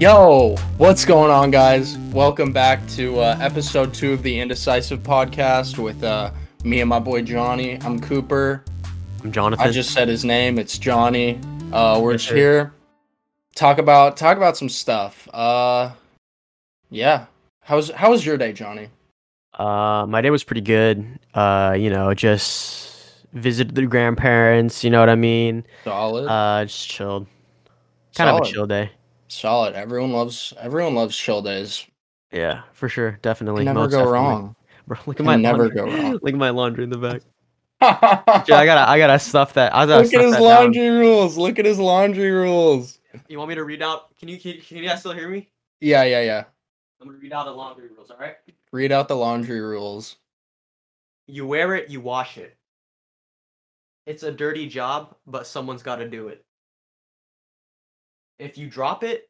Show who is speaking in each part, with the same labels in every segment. Speaker 1: Yo, what's going on, guys? Welcome back to uh, episode two of the Indecisive podcast with uh, me and my boy Johnny. I'm Cooper.
Speaker 2: I'm Jonathan.
Speaker 1: I just said his name. It's Johnny. Uh, we're
Speaker 2: Yes, sir.
Speaker 1: here talk about talk about some stuff. Uh, yeah. How's how was your day, Johnny?
Speaker 2: uh, my day was pretty good. Uh, you know, just visited the grandparents. You know what I mean?
Speaker 1: Solid.
Speaker 2: Uh, just chilled. Kind of a
Speaker 1: Solid.
Speaker 2: chill day.
Speaker 1: Solid. Everyone loves everyone loves chill days.
Speaker 2: Yeah, for sure,
Speaker 1: Can
Speaker 2: definitely.
Speaker 1: never
Speaker 2: most
Speaker 1: go
Speaker 2: definitely.
Speaker 1: wrong.
Speaker 2: Bro, look at
Speaker 1: Can
Speaker 2: my
Speaker 1: never
Speaker 2: laundry.
Speaker 1: go wrong.
Speaker 2: Look at my laundry in the back. Dude, I
Speaker 1: Look
Speaker 2: gotta, I gotta stuff that. I gotta
Speaker 1: at
Speaker 2: stuff
Speaker 1: his
Speaker 2: that down.
Speaker 1: laundry rules. Look at his laundry rules.
Speaker 2: You want me to read out? Can you, can, can you guys still hear me?
Speaker 1: Yeah, yeah, yeah.
Speaker 2: I'm gonna read out the laundry rules. All right.
Speaker 1: Read out the laundry rules.
Speaker 2: You wear it, you wash it. It's a dirty job, but someone's got to do it. If you drop it,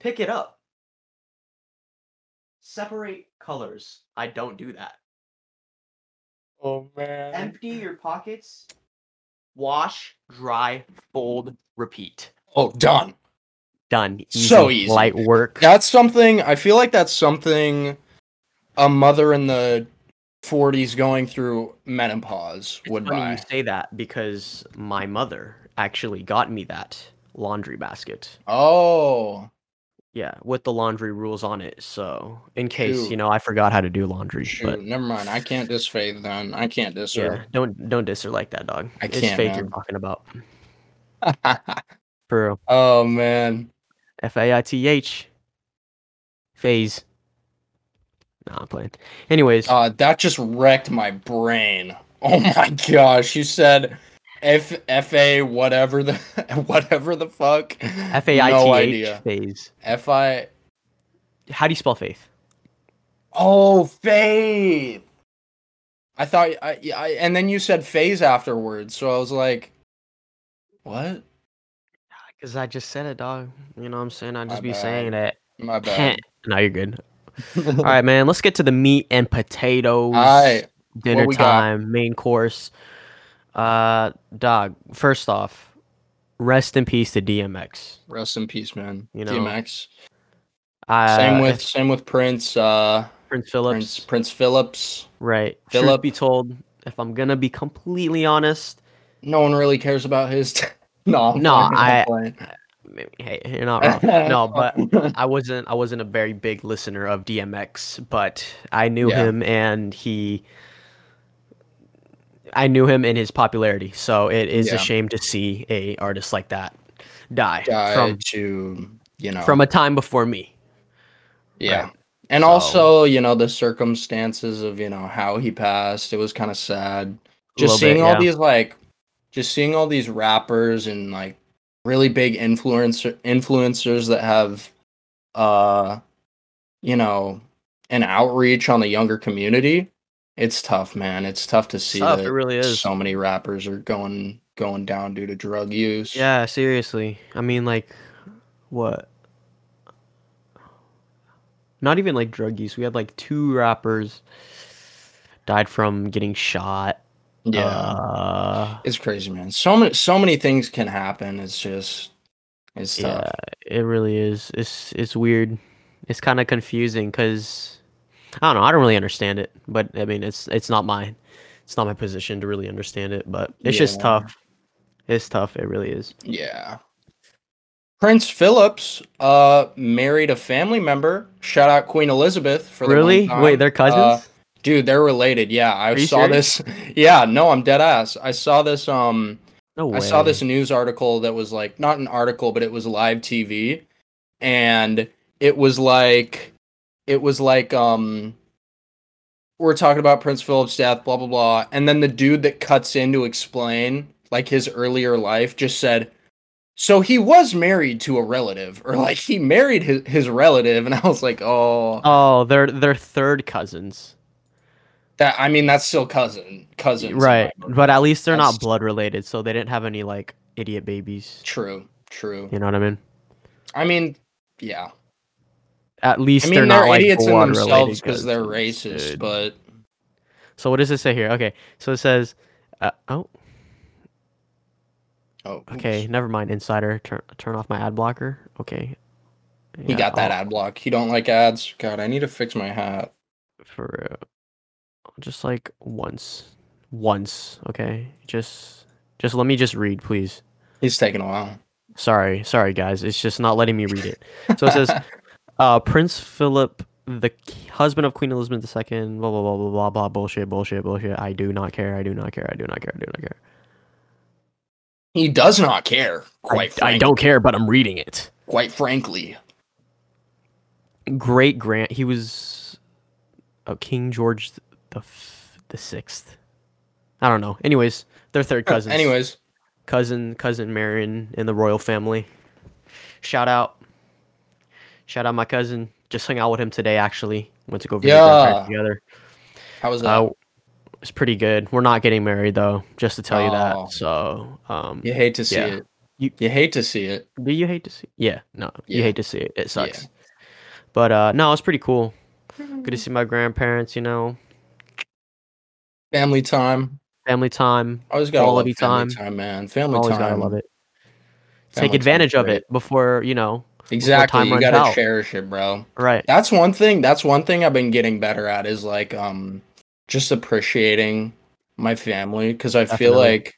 Speaker 2: pick it up. Separate colors. I don't do that.
Speaker 1: Oh man.
Speaker 2: Empty your pockets. Wash, dry, fold, repeat.
Speaker 1: Oh, done.
Speaker 2: Done.
Speaker 1: So easy.
Speaker 2: Light work.
Speaker 1: That's something I feel like that's something a mother in the 40s going through menopause
Speaker 2: It's
Speaker 1: would
Speaker 2: funny you
Speaker 1: buy.
Speaker 2: say that because my mother actually got me that laundry basket.
Speaker 1: Oh,
Speaker 2: Yeah, with the laundry rules on it. So in case
Speaker 1: Shoot.
Speaker 2: you know, I forgot how to do laundry.
Speaker 1: shoot.
Speaker 2: But
Speaker 1: Never mind. I can't diss Faith then. I can't diss
Speaker 2: yeah, don't don't diss her like that, dog.
Speaker 1: I
Speaker 2: it's
Speaker 1: can't,
Speaker 2: fake you're
Speaker 1: man.
Speaker 2: talking about.
Speaker 1: her.
Speaker 2: For real.
Speaker 1: oh, man.
Speaker 2: F A I T H. Phase. Nah, I'm playing. Anyways,
Speaker 1: Uh, that just wrecked my brain. Oh my gosh. You said F F A whatever the whatever the fuck.
Speaker 2: F A
Speaker 1: No
Speaker 2: I T H
Speaker 1: idea.
Speaker 2: phase.
Speaker 1: F I
Speaker 2: How do you spell faith?
Speaker 1: Oh, Faith. I thought I, yeah, I and then you said phase afterwards, so I was like, "What?
Speaker 2: Because I just said it, dog. You know what I'm saying? I just
Speaker 1: My
Speaker 2: be
Speaker 1: bad.
Speaker 2: saying it.
Speaker 1: My bad."
Speaker 2: no, you're good. All right, man. Let's get to the meat and potatoes.
Speaker 1: I
Speaker 2: dinner
Speaker 1: we got?
Speaker 2: time, main course. Uh, dog. First off, rest in peace to DMX.
Speaker 1: rest in peace, man.
Speaker 2: You know,
Speaker 1: DMX.
Speaker 2: Uh,
Speaker 1: same with
Speaker 2: it's
Speaker 1: same with Prince. Uh,
Speaker 2: Prince Phillips.
Speaker 1: Prince Prince Phillips.
Speaker 2: Right.
Speaker 1: Phillip.
Speaker 2: Truth be told, if I'm gonna be completely honest,
Speaker 1: No one really cares about his. no, I'm
Speaker 2: No,
Speaker 1: playing, I'm
Speaker 2: I-
Speaker 1: playing.
Speaker 2: maybe, hey, you're not wrong. no, but I uh, wasn't. I wasn't a very big listener of DMX, but I knew
Speaker 1: Yeah.
Speaker 2: him, and he. I knew him in his popularity, so it is
Speaker 1: Yeah.
Speaker 2: a shame to see a artist like that die
Speaker 1: Guy
Speaker 2: from
Speaker 1: to you know
Speaker 2: from a time before me.
Speaker 1: Yeah.
Speaker 2: Right.
Speaker 1: And
Speaker 2: So-
Speaker 1: also, you know, the circumstances of, you know, how he passed, it was kind of sad. Just
Speaker 2: little
Speaker 1: seeing
Speaker 2: bit,
Speaker 1: all
Speaker 2: yeah.
Speaker 1: these like just seeing all these rappers and like really big influencer influencers that have uh you know, an outreach on the younger community. It's tough, man. It's tough to see
Speaker 2: Tough,
Speaker 1: that
Speaker 2: it really is.
Speaker 1: so many rappers are going going down due to drug use.
Speaker 2: Yeah, seriously. I mean, like, what? Not even like drug use. We had like two rappers died from getting shot.
Speaker 1: Yeah.
Speaker 2: Uh,
Speaker 1: it's crazy, man. So many so many things can happen. It's just it's tough.
Speaker 2: yeah, it really is. It's it's weird. It's kind of confusing because I don't know. I don't really understand it, but I mean, it's it's not my it's not my position to really understand it. But it's just
Speaker 1: Yeah.
Speaker 2: tough. It's tough. It really is.
Speaker 1: Yeah. Prince Phillips uh married a family member. Shout out Queen Elizabeth for the one
Speaker 2: Really?
Speaker 1: time.
Speaker 2: Wait, they're cousins.
Speaker 1: Uh, dude, they're related. Yeah, I
Speaker 2: Are you
Speaker 1: saw this. Yeah, no, I'm dead ass. I saw this um
Speaker 2: no way.
Speaker 1: I saw this news article that was like not an article, but it was live TV and it was like it was like um we're talking about Prince Philip's death, blah blah blah, and then the dude that cuts in to explain like his earlier life just said so he was married to a relative or like he married his, his relative and I was like, "Oh,
Speaker 2: Oh, they're they're third cousins,
Speaker 1: that I mean that's still cousin cousins." in my
Speaker 2: right?
Speaker 1: book.
Speaker 2: But at least they're
Speaker 1: That's-
Speaker 2: not blood related, so they didn't have any like idiot babies.
Speaker 1: True, true.
Speaker 2: You know what I mean?
Speaker 1: I mean, yeah.
Speaker 2: At least
Speaker 1: I
Speaker 2: they're,
Speaker 1: mean,
Speaker 2: not
Speaker 1: they're,
Speaker 2: like
Speaker 1: idiots in
Speaker 2: blood-related
Speaker 1: themselves because they're
Speaker 2: cousins,
Speaker 1: racist.
Speaker 2: dude.
Speaker 1: But
Speaker 2: so what does it say here? Okay, so it says, uh, oh,
Speaker 1: oh, oops.
Speaker 2: okay, never mind. Insider, turn turn off my ad blocker. Okay,
Speaker 1: He got that ad block. He don't like ads. God, I need to fix my hat.
Speaker 2: oh, for real. just like once once okay just just let me just read please
Speaker 1: He's taking a while.
Speaker 2: sorry sorry guys it's just not letting me read it so it says uh, prince philip the k- husband of queen elizabeth ii blah blah blah blah blah blah bullshit bullshit bullshit i do not care i do not care i do not care i do not care
Speaker 1: he does not care. Quite
Speaker 2: I, I
Speaker 1: frank,
Speaker 2: don't care but i'm reading it
Speaker 1: quite frankly.
Speaker 2: great grant he was oh, king george th- the f- the sixth i don't know anyways they're third cousins
Speaker 1: Uh, Anyways,
Speaker 2: cousin cousin Marion in the royal family. Shout out, shout out my cousin. Just hung out with him today. Actually, went to go visit his grandparents
Speaker 1: Yeah.
Speaker 2: together.
Speaker 1: how was that?
Speaker 2: Uh, it's pretty good. We're not getting married though, just to tell you
Speaker 1: Oh.
Speaker 2: that. So, um,
Speaker 1: you hate to see
Speaker 2: yeah.
Speaker 1: it. You,
Speaker 2: You-
Speaker 1: hate to see it.
Speaker 2: do you hate to see? Yeah, no, you
Speaker 1: Yeah.
Speaker 2: hate to see it. It sucks. But uh, no, it's pretty cool. Good to see my grandparents. You know,
Speaker 1: Family time.
Speaker 2: family time.
Speaker 1: I always got to love
Speaker 2: Quality
Speaker 1: family time. man. Family
Speaker 2: Always
Speaker 1: time.
Speaker 2: gotta love it.
Speaker 1: Family
Speaker 2: Take
Speaker 1: time's
Speaker 2: advantage of
Speaker 1: great.
Speaker 2: it before you know.
Speaker 1: Exactly.
Speaker 2: time
Speaker 1: You
Speaker 2: runs
Speaker 1: got to
Speaker 2: out.
Speaker 1: cherish it, bro.
Speaker 2: Right.
Speaker 1: That's one thing. That's one thing I've been getting better at is like um just appreciating my family cuz I feel
Speaker 2: Definitely.
Speaker 1: like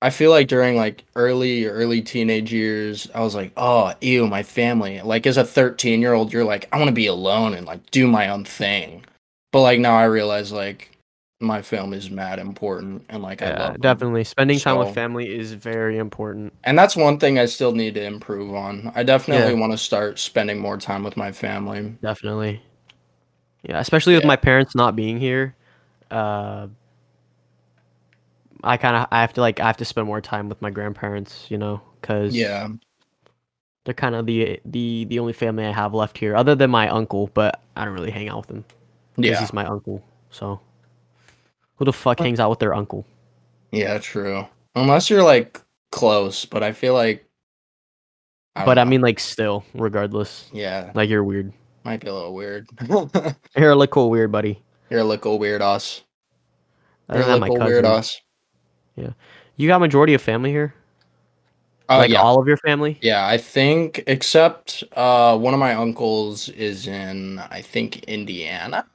Speaker 1: I feel like during like early early teenage years I was like, "Oh, ew, my family." Like as a 13-year-old, you're like, "I want to be alone and like do my own thing." But like now I realize like my family's mad important and like I love
Speaker 2: Yeah,
Speaker 1: them.
Speaker 2: definitely. Spending time
Speaker 1: So-
Speaker 2: with family is very important.
Speaker 1: And that's one thing I still need to improve on. I definitely want to start spending more time with my family.
Speaker 2: Definitely. Yeah, especially with
Speaker 1: Yeah.
Speaker 2: my parents not being here, uh, I kind of I have to like I have to spend more time with my grandparents, you know, because
Speaker 1: Yeah.
Speaker 2: they're kind of the the the only family I have left here, other than my uncle. But I don't really hang out with him because
Speaker 1: Yeah.
Speaker 2: he's my uncle. So who the fuck hangs out with their uncle?
Speaker 1: Yeah, true. Unless you're like close, but I feel like. don't
Speaker 2: but I
Speaker 1: know.
Speaker 2: mean, like, still, regardless,
Speaker 1: yeah,
Speaker 2: like you're weird.
Speaker 1: might be a little weird.
Speaker 2: You're a little weird, buddy.
Speaker 1: you're a little weird us.
Speaker 2: Other
Speaker 1: You're a
Speaker 2: than my
Speaker 1: little
Speaker 2: cousin.
Speaker 1: weird us.
Speaker 2: You got majority of family here,
Speaker 1: Oh
Speaker 2: like
Speaker 1: yeah,
Speaker 2: all of your family.
Speaker 1: yeah. I think except uh, one of my uncles is in I think Indiana.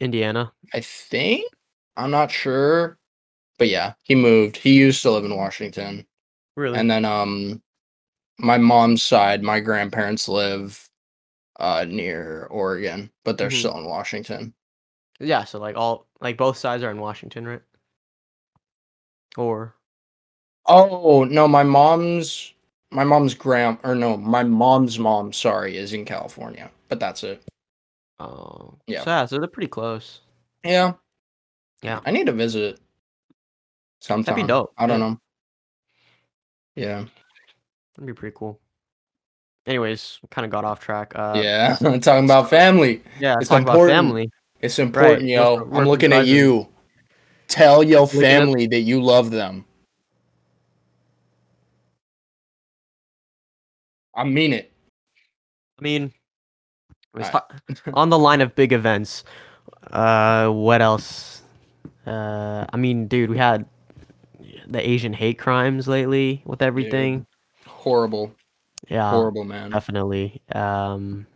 Speaker 2: Indiana.
Speaker 1: I think I'm not sure, but yeah, he moved. He used to live in Washington.
Speaker 2: Really?
Speaker 1: and then um my mom's side my grandparents live uh near oregon but they're
Speaker 2: Mhm.
Speaker 1: still in washington
Speaker 2: Yeah, so like all like both sides are in Washington, right? Or
Speaker 1: oh no my mom's my mom's grand or no my mom's mom sorry is in california but that's it
Speaker 2: oh
Speaker 1: Yeah.
Speaker 2: so, yeah, so they're pretty close.
Speaker 1: yeah
Speaker 2: Yeah.
Speaker 1: i need to visit sometime
Speaker 2: dope,
Speaker 1: i don't
Speaker 2: yeah.
Speaker 1: know yeah
Speaker 2: That'd be pretty cool. Anyways, kind of got off track. Uh,
Speaker 1: yeah talking about family
Speaker 2: yeah.
Speaker 1: It's
Speaker 2: It's talking about
Speaker 1: important.
Speaker 2: family.
Speaker 1: it's important
Speaker 2: Right,
Speaker 1: yo
Speaker 2: we're- we're
Speaker 1: i'm looking at
Speaker 2: cousins.
Speaker 1: you tell your
Speaker 2: Looking at-
Speaker 1: family that you love them i mean it
Speaker 2: I mean, it's
Speaker 1: Alright.
Speaker 2: ta- on the line of big events. Uh, what else? Uh, I mean, dude, we had the Asian hate crimes lately with everything.
Speaker 1: horrible
Speaker 2: Yeah,
Speaker 1: horrible man
Speaker 2: definitely. Um,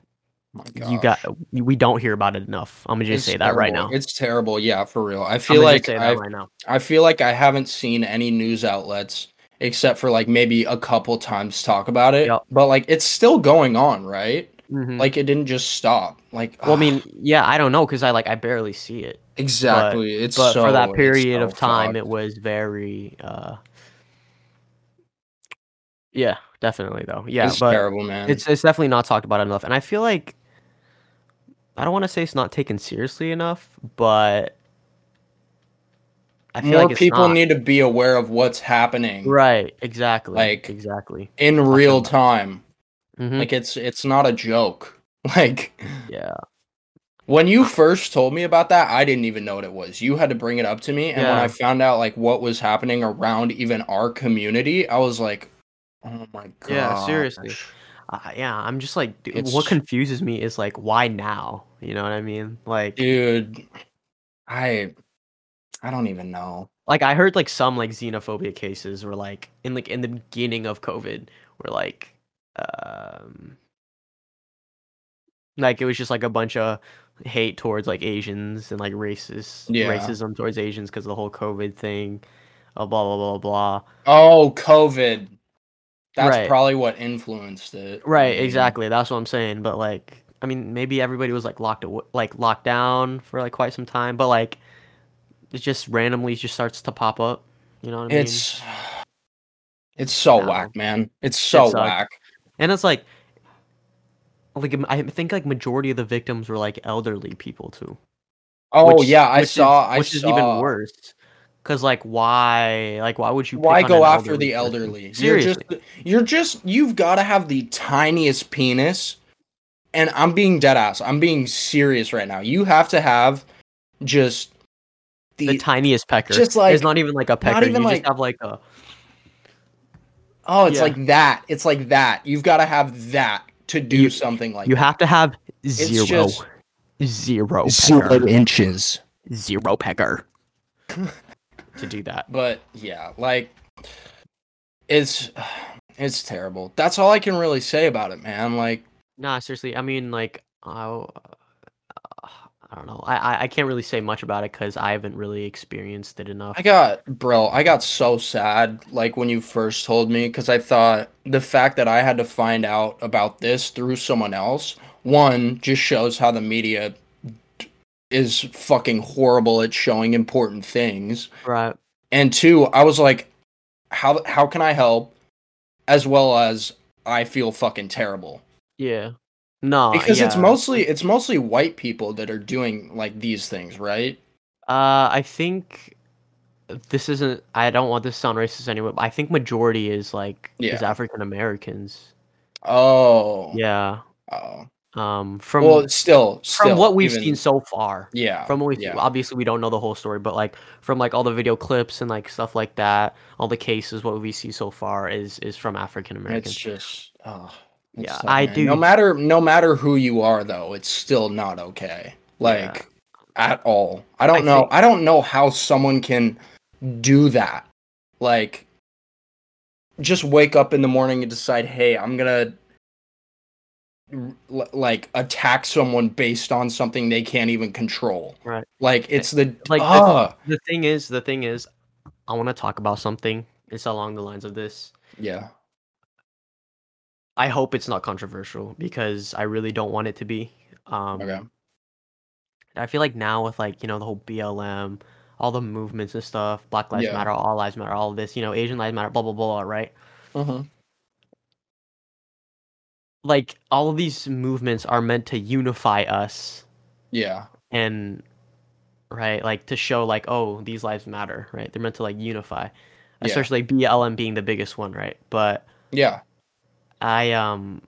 Speaker 1: My
Speaker 2: you
Speaker 1: gosh.
Speaker 2: got. We don't hear about it enough. I'm gonna
Speaker 1: It's
Speaker 2: just say that right now.
Speaker 1: terrible. it's terrible yeah for real i
Speaker 2: I'm
Speaker 1: feel
Speaker 2: gonna just
Speaker 1: like
Speaker 2: say that
Speaker 1: i
Speaker 2: right now.
Speaker 1: i feel like i haven't seen any news outlets except for like maybe a couple times talk about it
Speaker 2: Yup.
Speaker 1: but like it's still going on right
Speaker 2: Mhm.
Speaker 1: like it didn't just stop like
Speaker 2: well, I
Speaker 1: ugh,
Speaker 2: mean, yeah, I don't know because I like I barely see it,
Speaker 1: exactly it's
Speaker 2: but
Speaker 1: so,
Speaker 2: for that
Speaker 1: it's
Speaker 2: period
Speaker 1: so
Speaker 2: of time,
Speaker 1: fucked.
Speaker 2: it was very, uh, yeah, definitely though, yeah,
Speaker 1: it's
Speaker 2: but
Speaker 1: terrible man
Speaker 2: it's it's definitely not talked about enough, and I feel like I don't want to say it's not taken seriously enough, but I feel
Speaker 1: more
Speaker 2: like it's
Speaker 1: people
Speaker 2: not.
Speaker 1: need to be aware of what's happening
Speaker 2: right, exactly,
Speaker 1: like,
Speaker 2: exactly,
Speaker 1: in real time
Speaker 2: Mhm,
Speaker 1: like it's it's not a joke like
Speaker 2: yeah,
Speaker 1: when you first told me about that i didn't even know what it was you had to bring it up to me and when
Speaker 2: Yeah.
Speaker 1: i found out like what was happening around even our community i was like oh my god
Speaker 2: Yeah, seriously. uh, yeah. I'm just like, dude, what
Speaker 1: It's-
Speaker 2: confuses me is like, why now? You know what I mean? Like,
Speaker 1: dude i i don't even know
Speaker 2: like I heard like some like xenophobia cases were like in like in the beginning of COVID were like um like it was just like a bunch of hate towards like Asians and like racist
Speaker 1: Yeah.
Speaker 2: racism towards Asians because of the whole COVID thing, uh, blah blah blah blah.
Speaker 1: Oh, COVID. That's
Speaker 2: Right.
Speaker 1: probably what influenced it.
Speaker 2: Right,
Speaker 1: Mhm.
Speaker 2: exactly. That's what I'm saying. But like, I mean, maybe everybody was like locked aw- like locked down for like quite some time. But like, it just randomly just starts to pop up. You know what I mean?
Speaker 1: It's it's so
Speaker 2: No.
Speaker 1: whack, man. It's so
Speaker 2: sucked.
Speaker 1: whack.
Speaker 2: And it's like, like um, I think like majority of the victims were like elderly people too.
Speaker 1: Oh
Speaker 2: which-
Speaker 1: yeah, I
Speaker 2: which is-
Speaker 1: saw. I
Speaker 2: which
Speaker 1: saw.
Speaker 2: is even worse. Cause like why like why would you pick
Speaker 1: Why
Speaker 2: on
Speaker 1: go
Speaker 2: an
Speaker 1: after the
Speaker 2: person?
Speaker 1: elderly?
Speaker 2: Seriously,
Speaker 1: You're just, you're just, you've got to have the tiniest penis. And I'm being dead ass. I'm being serious right now. You have to have just the,
Speaker 2: the tiniest pecker.
Speaker 1: just like-
Speaker 2: it's not even like a pecker.
Speaker 1: even,
Speaker 2: you
Speaker 1: like-
Speaker 2: just have like a
Speaker 1: oh, it's
Speaker 2: yeah.
Speaker 1: like that. It's like that. You've got to have that to do
Speaker 2: You-
Speaker 1: something like
Speaker 2: you have to have zero
Speaker 1: just-
Speaker 2: zero
Speaker 1: that.
Speaker 2: pecker.
Speaker 1: inches.
Speaker 2: zero pecker to do that.
Speaker 1: But yeah, like it's it's terrible. That's all I can really say about it, man. Like
Speaker 2: Nah, seriously. I mean, like, I, I don't know. I, I, I can't really say much about it because I haven't really experienced it enough.
Speaker 1: I got, bro, I got so sad like when you first told me because I thought the fact that I had to find out about this through someone else, one, just shows how the media d- is fucking horrible at showing important things.
Speaker 2: right.
Speaker 1: And two, I was like, how how can I help? As well as I feel fucking terrible.
Speaker 2: Yeah. No.
Speaker 1: Because it's
Speaker 2: Uh, yeah.
Speaker 1: mostly it's mostly white people that are doing like these things, right?
Speaker 2: Uh, I think this isn't. I don't want this to sound racist anyway. But I think majority is like is
Speaker 1: Yeah.
Speaker 2: African Americans.
Speaker 1: Oh.
Speaker 2: Yeah.
Speaker 1: Oh.
Speaker 2: Um. From
Speaker 1: well, still, still
Speaker 2: from what we've
Speaker 1: even-
Speaker 2: seen so far.
Speaker 1: Yeah.
Speaker 2: from what we
Speaker 1: yeah.
Speaker 2: obviously we don't know the whole story, but like from like all the video clips and like stuff like that, all the cases what we see so far is is from African
Speaker 1: It's
Speaker 2: Americans.
Speaker 1: just oh, it's
Speaker 2: Yeah,
Speaker 1: tough,
Speaker 2: I
Speaker 1: man. No
Speaker 2: do-
Speaker 1: matter no matter who you are though, it's still not okay. Like at all. I don't
Speaker 2: I
Speaker 1: know.
Speaker 2: think-
Speaker 1: I don't know how someone can do that. Like just wake up in the morning and decide, "Hey, I'm going to like attack someone based on something they can't even control."
Speaker 2: Right.
Speaker 1: Like it's the
Speaker 2: Like
Speaker 1: like
Speaker 2: the-
Speaker 1: ah,
Speaker 2: The thing is, the thing is, I want to talk about something. It's along the lines of this.
Speaker 1: yeah.
Speaker 2: I hope it's not controversial because I really don't want it to be. Um,
Speaker 1: Okay.
Speaker 2: I feel like now with like you know the whole BLM, all the movements and stuff, Black Lives
Speaker 1: Yeah.
Speaker 2: Matter, All Lives Matter, all of this, you know, Asian Lives Matter, blah blah blah, right? mm-hmm.
Speaker 1: Uh-huh.
Speaker 2: Like all of these movements are meant to unify us
Speaker 1: Yeah.
Speaker 2: and right like to show like oh these lives matter right they're meant to like unify especially blm being the biggest one right but
Speaker 1: Yeah.
Speaker 2: i um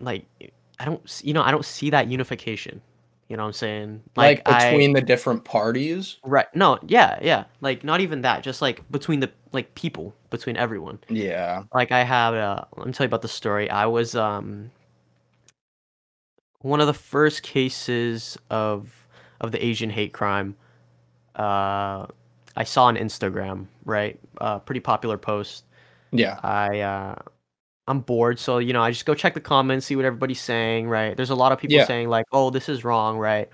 Speaker 2: like i don't s- you know i don't see that unification you know what i'm saying
Speaker 1: Like,
Speaker 2: I-
Speaker 1: between the different parties.
Speaker 2: right no yeah yeah like not even that just like between the like people between everyone
Speaker 1: Yeah.
Speaker 2: like I have uh let me tell you about the story. I was um one of the first cases of of the Asian hate crime. Uh I saw on Instagram, right? Uh pretty popular post.
Speaker 1: Yeah.
Speaker 2: I uh I'm bored, so you know, I just go check the comments, see what everybody's saying, right? There's a lot of people
Speaker 1: Yeah.
Speaker 2: saying like, "Oh, this is wrong," right?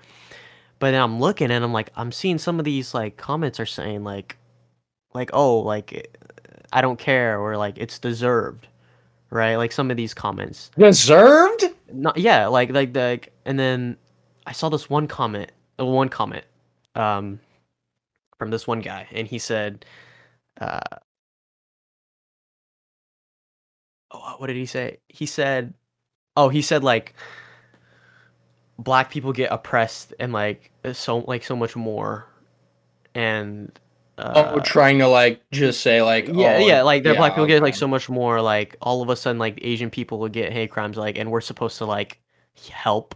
Speaker 2: But then I'm looking and I'm like, I'm seeing some of these like comments are saying like like, "Oh, like I don't care," or like it's deserved. Right? Like some of these comments.
Speaker 1: Deserved?
Speaker 2: Not yeah, like like like and then I saw this one comment, uh, one comment um from this one guy and he said uh oh, what did he say? He said, oh, he said like black people get oppressed and like so like so much more, and uh,
Speaker 1: oh, trying to like just say like
Speaker 2: yeah,
Speaker 1: oh,
Speaker 2: yeah, like their black people get like
Speaker 1: okay.
Speaker 2: so much more. Like all of a sudden, like Asian people will get hate crimes, like, and we're supposed to like help.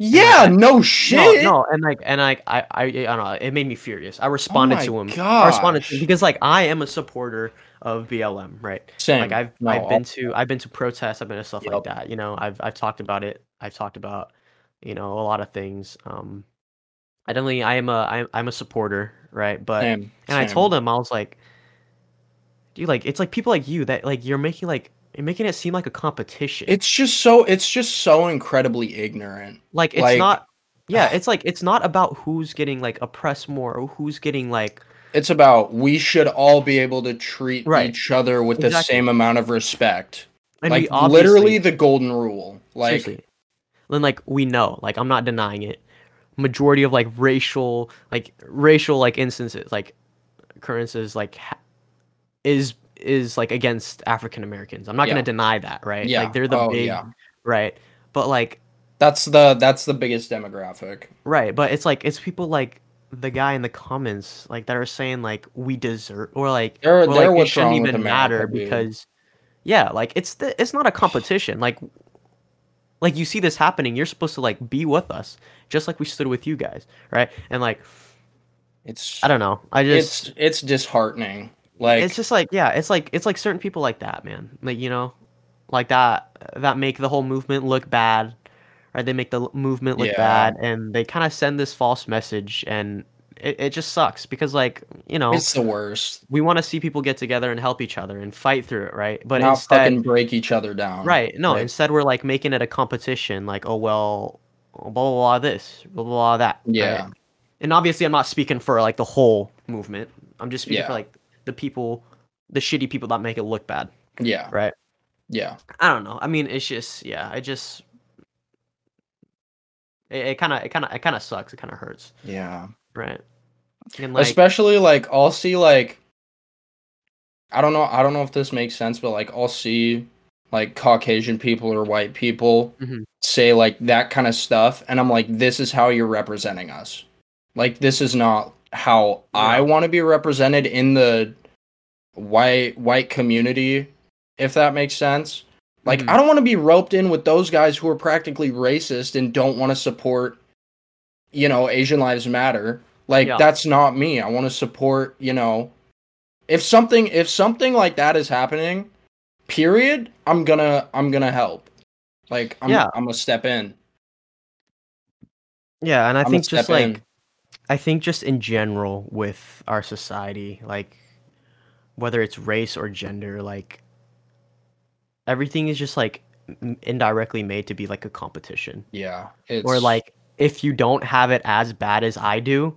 Speaker 1: yeah
Speaker 2: like-
Speaker 1: no shit
Speaker 2: No, no, and like, and like, I, I, I don't know. It made me furious. I responded
Speaker 1: Oh my
Speaker 2: to him. I responded to
Speaker 1: gosh.
Speaker 2: him because like I am a supporter of BLM, right?
Speaker 1: Same.
Speaker 2: Like I've
Speaker 1: No,
Speaker 2: I've been to I've been to protests, I've been to stuff
Speaker 1: Yep.
Speaker 2: like that. You know, I've I've talked about it. I've talked about, you know, a lot of things. Um I definitely I am a I'm I'm a supporter, right? But
Speaker 1: same,
Speaker 2: and I
Speaker 1: same.
Speaker 2: told him I was like, dude, like it's like people like you that like you're making like and making it seem like a competition.
Speaker 1: It's just so it's just so incredibly ignorant.
Speaker 2: like it's
Speaker 1: like-
Speaker 2: not. Yeah, it's like it's not about who's getting like oppressed more or who's getting like
Speaker 1: It's about we should all be able to treat
Speaker 2: Right.
Speaker 1: each other with the
Speaker 2: Exactly.
Speaker 1: same amount of respect.
Speaker 2: and we
Speaker 1: like
Speaker 2: obviously-
Speaker 1: literally the golden rule. Like
Speaker 2: seriously. Then like we know, like I'm not denying it. Majority of like racial, like racial, like instances, like occurrences, like ha- is is like against African Americans. I'm not
Speaker 1: Yeah.
Speaker 2: gonna deny that, right?
Speaker 1: yeah,
Speaker 2: Like they're the
Speaker 1: oh,
Speaker 2: big,
Speaker 1: yeah.
Speaker 2: right? But like,
Speaker 1: That's the that's the biggest demographic.
Speaker 2: right? But it's like it's people like the guy in the comments, like that are saying like we deserve or like
Speaker 1: They're-
Speaker 2: or,
Speaker 1: they're
Speaker 2: like,
Speaker 1: what's
Speaker 2: it shouldn't
Speaker 1: wrong with
Speaker 2: even
Speaker 1: America,
Speaker 2: matter
Speaker 1: dude.
Speaker 2: because yeah, like it's the, it's not a competition. Like like you see this happening, you're supposed to like be with us, just like we stood with you guys, right? And like
Speaker 1: It's
Speaker 2: I don't know, I just
Speaker 1: it's it's disheartening. Like
Speaker 2: it's just like yeah, it's like it's like certain people like that, man. Like you know, like that that make the whole movement look bad, right? They make the l- movement look
Speaker 1: Yeah.
Speaker 2: bad, and they kind of send this false message, and it, it just sucks because like you know
Speaker 1: it's the worst.
Speaker 2: we want to see people get together and help each other and fight through it, right? But
Speaker 1: Not
Speaker 2: instead,
Speaker 1: fucking break each other down.
Speaker 2: right? No,
Speaker 1: Um, Right.
Speaker 2: instead we're like making it a competition, like oh well, oh, blah blah blah this, blah blah, blah that. right?
Speaker 1: Yeah.
Speaker 2: and obviously I'm not speaking for like the whole movement. I'm just speaking
Speaker 1: Yeah.
Speaker 2: for like the people, the shitty people that make it look bad.
Speaker 1: Yeah.
Speaker 2: Right.
Speaker 1: Yeah.
Speaker 2: I don't know. I mean, it's just yeah. I just it kind of it kind of it kind of sucks. It kind of hurts,
Speaker 1: Yeah.
Speaker 2: right? And like
Speaker 1: especially like I'll see like I don't know I don't know if this makes sense, but like I'll see like Caucasian people or white people
Speaker 2: Mhm.
Speaker 1: say like that kind of stuff, and I'm like, this is how you're representing us. Like this is not how I
Speaker 2: Yeah.
Speaker 1: want to be represented in the white white community, if that makes sense. Like
Speaker 2: Mhm.
Speaker 1: I don't want to be roped in with those guys who are practically racist and don't want to support you know, Asian lives matter. Like
Speaker 2: Yeah.
Speaker 1: that's not me. I want to support, you know, if something if something like that is happening, period, I'm going to I'm going to help. Like I'm
Speaker 2: Yeah.
Speaker 1: I'm going to step in.
Speaker 2: yeah, and I
Speaker 1: I'm
Speaker 2: think
Speaker 1: gonna
Speaker 2: just
Speaker 1: step
Speaker 2: like
Speaker 1: in.
Speaker 2: I think just in general with our society, like whether it's race or gender, like everything is just like m- indirectly made to be like a competition.
Speaker 1: Yeah. It's
Speaker 2: or like if you don't have it as bad as I do,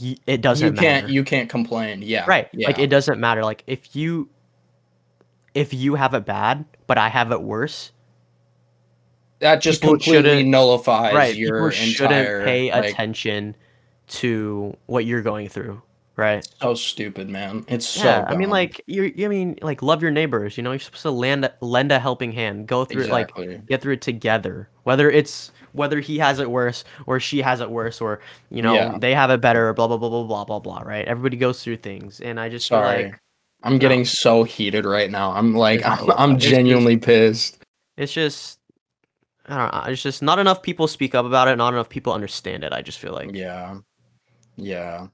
Speaker 2: y- it doesn't
Speaker 1: you can't
Speaker 2: matter.
Speaker 1: you can't complain. Yeah.
Speaker 2: right.
Speaker 1: Yeah.
Speaker 2: Like it doesn't matter. Like if you if you have it bad, but I have it worse,
Speaker 1: that just
Speaker 2: people
Speaker 1: completely
Speaker 2: shouldn't-
Speaker 1: nullifies
Speaker 2: right?
Speaker 1: your
Speaker 2: People shouldn't
Speaker 1: entire
Speaker 2: pay
Speaker 1: like,
Speaker 2: attention to what you're going through, right?
Speaker 1: so stupid, man. It's so
Speaker 2: yeah, I mean,
Speaker 1: dumb.
Speaker 2: like you, you I mean, like love your neighbors. You know, you're supposed to lend lend a helping hand, go through it, like
Speaker 1: exactly.
Speaker 2: get through it together whether it's whether he has it worse or she has it worse or you know
Speaker 1: Yeah.
Speaker 2: they have it better blah blah blah blah blah blah blah right everybody goes through things and i just
Speaker 1: Sorry.
Speaker 2: feel like
Speaker 1: I'm getting so heated right now. I'm like
Speaker 2: It's
Speaker 1: I'm,
Speaker 2: cool.
Speaker 1: I'm
Speaker 2: It's- it's-
Speaker 1: genuinely pissed.
Speaker 2: it's just i don't know it's just not enough people speak up about it not enough people understand it i just feel like
Speaker 1: Yeah. Yeah.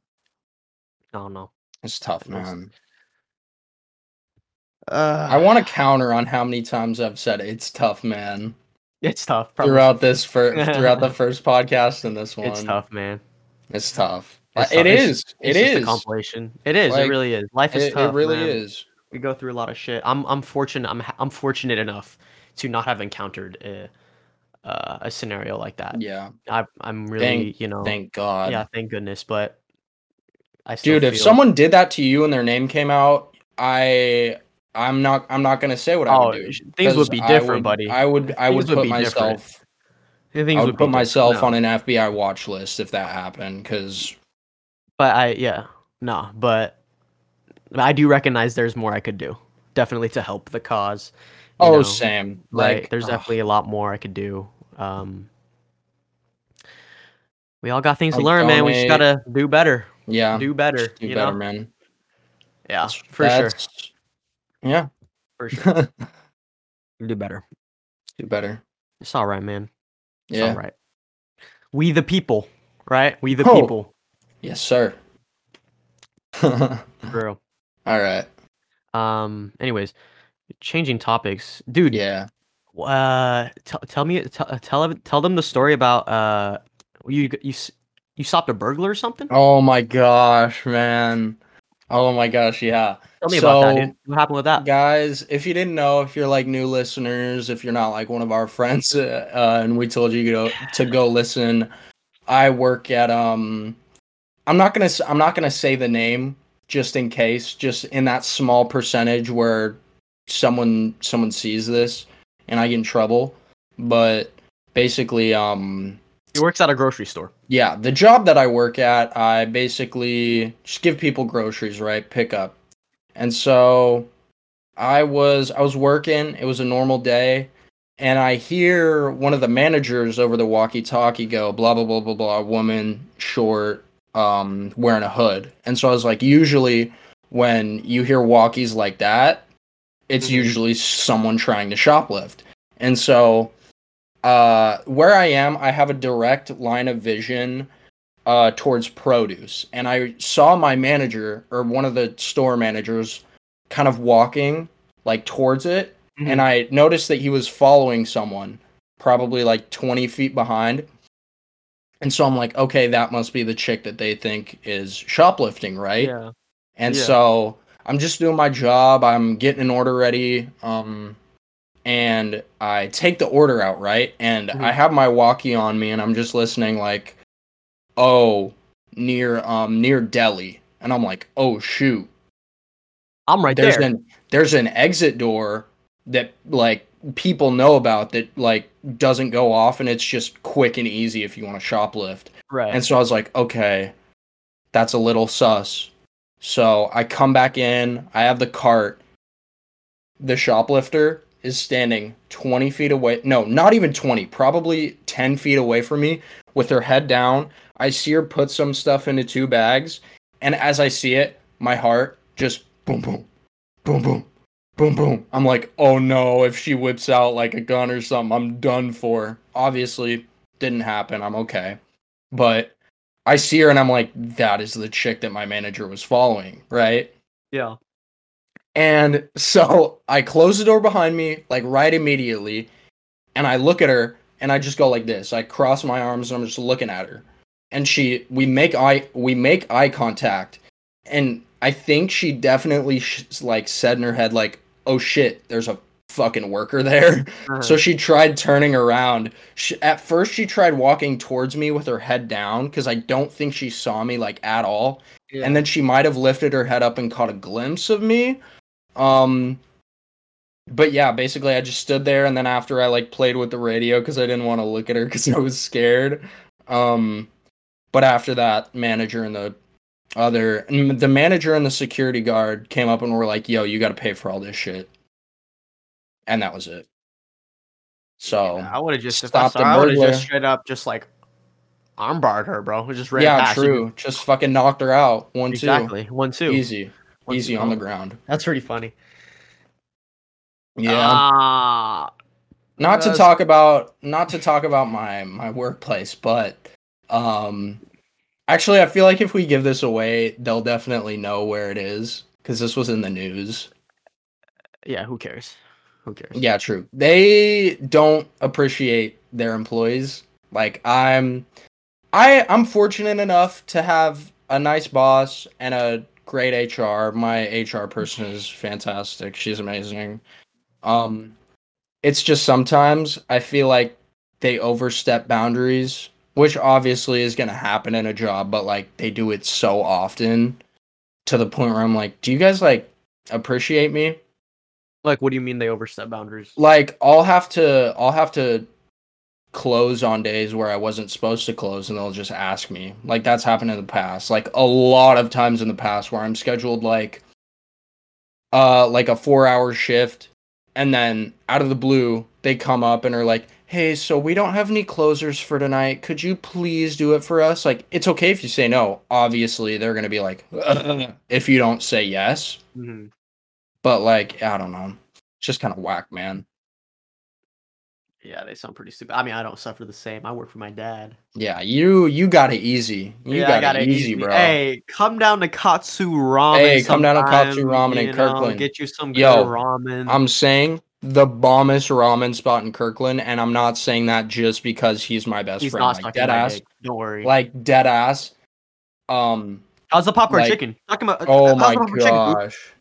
Speaker 2: i don't know
Speaker 1: It's tough,
Speaker 2: It was-
Speaker 1: man.
Speaker 2: uh,
Speaker 1: I want to counter on how many times I've said it's tough, man.
Speaker 2: it's tough probably
Speaker 1: Throughout this for throughout the first podcast and this one.
Speaker 2: it's tough man
Speaker 1: It's tough.
Speaker 2: It's
Speaker 1: It
Speaker 2: tough. It's-
Speaker 1: is. It
Speaker 2: it's just a
Speaker 1: is.
Speaker 2: compilation it is
Speaker 1: Like,
Speaker 2: it really is life is
Speaker 1: It,
Speaker 2: tough
Speaker 1: it really
Speaker 2: man.
Speaker 1: is.
Speaker 2: we go through a lot of shit. I'm I'm fortunate. I'm ha- I'm fortunate enough to not have encountered a uh, a scenario like that.
Speaker 1: Yeah.
Speaker 2: I I'm really you know
Speaker 1: Thank God.
Speaker 2: yeah thank goodness. But I still
Speaker 1: Dude, if
Speaker 2: feel-
Speaker 1: someone did that to you and their name came out, I I'm not I'm not gonna say what I
Speaker 2: oh
Speaker 1: would do.
Speaker 2: sh- things would
Speaker 1: 'cause
Speaker 2: be
Speaker 1: I
Speaker 2: different,
Speaker 1: would-
Speaker 2: buddy.
Speaker 1: I would I would
Speaker 2: Things would
Speaker 1: put
Speaker 2: be different.
Speaker 1: myself
Speaker 2: things
Speaker 1: I would put
Speaker 2: be different,
Speaker 1: myself
Speaker 2: no.
Speaker 1: on an FBI watch list if that happened because
Speaker 2: But I yeah no, but I do recognize there's more I could do. Definitely to help the cause. you
Speaker 1: oh
Speaker 2: know,
Speaker 1: Sam
Speaker 2: right.
Speaker 1: like
Speaker 2: there's
Speaker 1: ugh.
Speaker 2: definitely a lot more I could do. Um, we all got things to
Speaker 1: Like,
Speaker 2: learn, man. We just
Speaker 1: donate.
Speaker 2: gotta do better.
Speaker 1: yeah
Speaker 2: do better.
Speaker 1: do
Speaker 2: you
Speaker 1: better,
Speaker 2: know?
Speaker 1: man.
Speaker 2: Yeah,
Speaker 1: That's-
Speaker 2: for sure.
Speaker 1: that's- Yeah,
Speaker 2: For sure. do better.
Speaker 1: do better.
Speaker 2: It's all right, man. It's
Speaker 1: Yeah.
Speaker 2: all right. We the people, right? We the
Speaker 1: Oh.
Speaker 2: people.
Speaker 1: Yes, sir. All
Speaker 2: Bro.
Speaker 1: right.
Speaker 2: Um. Anyways, changing topics, dude.
Speaker 1: Yeah.
Speaker 2: Uh, tell tell me, t- uh, tell ev- tell them the story about uh, you g- you s- you stopped a burglar or something?
Speaker 1: Oh my gosh, man. Oh my gosh, yeah.
Speaker 2: Tell me about
Speaker 1: So-
Speaker 2: that, dude. What happened with that?
Speaker 1: Guys, if you didn't know, if you're like new listeners, if you're not like one of our friends, uh, uh, and we told you to, to go listen, I work at um, I'm not gonna s- I'm not gonna say the name just in case, just in that small percentage where someone someone sees this and I get in trouble. But basically, um,
Speaker 2: He works at a grocery store.
Speaker 1: yeah, the job that I work at, I basically just give people groceries, right? Pick up. And so I was I was working, it was a normal day, and I hear one of the managers over the walkie-talkie go blah blah blah blah blah woman short um wearing a hood. And so I was like usually when you hear walkies like that, it's
Speaker 2: Mhm.
Speaker 1: usually someone trying to shoplift. And so uh where I am, I have a direct line of vision uh towards produce. And I saw my manager or one of the store managers kind of walking like towards it
Speaker 2: Mhm.
Speaker 1: and I noticed that he was following someone probably like 20 feet behind. And so I'm like, okay, that must be the chick that they think is shoplifting, right?
Speaker 2: Yeah.
Speaker 1: And
Speaker 2: Yeah.
Speaker 1: so I'm just doing my job. I'm getting an order ready. Um, and I take the order out, right? And
Speaker 2: Mhm.
Speaker 1: I have my walkie on me and I'm just listening, like, oh, near um near deli. And I'm like, oh shoot
Speaker 2: I'm right
Speaker 1: there's
Speaker 2: there.
Speaker 1: an there's an exit door that like people know about that like doesn't go off and it's just quick and easy if you want to shoplift.
Speaker 2: right.
Speaker 1: And so I was like, okay, that's a little sus. So I come back in, I have the cart. The shoplifter is standing 20 feet away. No, not even 20, probably 10 feet away from me with her head down. I see her put some stuff into two bags. And as I see it, my heart just boom, boom, boom, boom, boom, boom. I'm like, oh no, if she whips out like a gun or something, I'm done for. Obviously, didn't happen. I'm okay but I see her and I'm like, that is the chick that my manager was following, right?
Speaker 2: yeah.
Speaker 1: And so I close the door behind me, like right immediately, and I look at her and I just go like this. I cross my arms and I'm just looking at her. And she we make eye we make eye contact. And I think she definitely sh- like said in her head like, "Oh shit, there's a fucking worker there."
Speaker 2: Uh-huh.
Speaker 1: So she tried turning around. She, at first, she tried walking towards me with her head down because I don't think she saw me like at all.
Speaker 2: Yeah.
Speaker 1: And then she might have lifted her head up and caught a glimpse of me. Um, but yeah, basically, I just stood there, and then after I like played with the radio because I didn't want to look at her because I was scared. Um, but after that, manager and the other, the manager and the security guard came up and were like, "Yo, you got to pay for all this shit," and that was it. So
Speaker 2: Yeah, I would have just if I
Speaker 1: stopped
Speaker 2: saw,
Speaker 1: the
Speaker 2: I would have
Speaker 1: burglar.
Speaker 2: just straight up just like arm barred her, bro. Just ran
Speaker 1: yeah,
Speaker 2: past you.
Speaker 1: true. Just fucking knocked her out. One,
Speaker 2: Exactly. One
Speaker 1: two,
Speaker 2: two.
Speaker 1: easy,
Speaker 2: One,
Speaker 1: easy
Speaker 2: two.
Speaker 1: on the ground.
Speaker 2: That's pretty funny.
Speaker 1: Yeah.
Speaker 2: Ah,
Speaker 1: not to
Speaker 2: Yes.
Speaker 1: talk about not to talk about my my workplace but um actually i feel like if we give this away they'll definitely know where it is because this was in the news
Speaker 2: yeah. Who cares? Who cares?
Speaker 1: yeah true they don't appreciate their employees like i'm i i'm fortunate enough to have a nice boss and a great hr my hr person is fantastic she's amazing um it's just sometimes i feel like they overstep boundaries which obviously is going to happen in a job but like they do it so often to the point where i'm like do you guys like appreciate me
Speaker 2: Like, what do you mean they overstep boundaries?
Speaker 1: like I'll have to I'll have to close on days where I wasn't supposed to close and they'll just ask me. Like that's happened in the past. Like a lot of times in the past where I'm scheduled like uh like a 4-hour shift and then out of the blue they come up and are like, "Hey, so we don't have any closers for tonight. Could you please do it for us?" Like it's okay if you say no. Obviously, they're going to be like if you don't say yes.
Speaker 2: hmm
Speaker 1: But like, I don't know. It's just kind of whack, man.
Speaker 2: Yeah, they sound pretty stupid. I mean, I don't suffer the same. I work for my dad.
Speaker 1: Yeah, you you got it easy. You
Speaker 2: yeah,
Speaker 1: got,
Speaker 2: I got
Speaker 1: it easy, bro.
Speaker 2: Hey, come down to Katsu Ramen.
Speaker 1: Hey, come down to Katsu
Speaker 2: sometime,
Speaker 1: Ramen in
Speaker 2: you know,
Speaker 1: Kirkland.
Speaker 2: Get you some good
Speaker 1: Yo,
Speaker 2: ramen.
Speaker 1: I'm saying the bombest ramen spot in Kirkland, and I'm not saying that just because he's my best
Speaker 2: He's
Speaker 1: friend.
Speaker 2: not
Speaker 1: Like
Speaker 2: sucking
Speaker 1: dead
Speaker 2: my
Speaker 1: ass,
Speaker 2: dick. Don't worry.
Speaker 1: like dead ass. Um,
Speaker 2: How's the popcorn
Speaker 1: Like-
Speaker 2: chicken? Talking about.
Speaker 1: Oh
Speaker 2: how's
Speaker 1: my
Speaker 2: the popcorn chicken, Coop?
Speaker 1: gosh.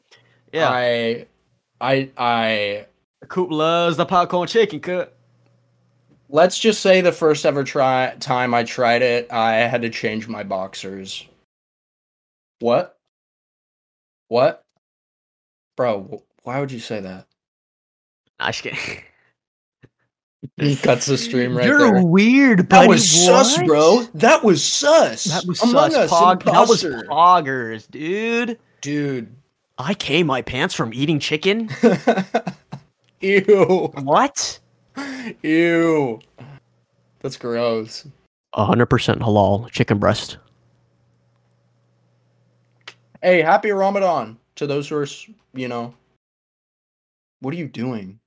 Speaker 2: Yeah,
Speaker 1: I I I
Speaker 2: Coop loves the popcorn chicken. Coop.
Speaker 1: let's just say the first ever try time I tried it, I had to change my boxers. What? What? Bro, wh- why would you say that?
Speaker 2: Nah, just kidding.
Speaker 1: He cuts the stream right
Speaker 2: You're
Speaker 1: there.
Speaker 2: weird, buddy.
Speaker 1: That was sus,
Speaker 2: What?
Speaker 1: bro. That was sus.
Speaker 2: That was
Speaker 1: Among Us,
Speaker 2: sus. Pog- that was
Speaker 1: imposter.
Speaker 2: poggers, dude.
Speaker 1: dude.
Speaker 2: I came my pants from eating chicken.
Speaker 1: Ew.
Speaker 2: what?
Speaker 1: Ew. That's gross.
Speaker 2: 100% halal chicken breast.
Speaker 1: Hey, happy Ramadan to those who are, s- you know. What are you doing?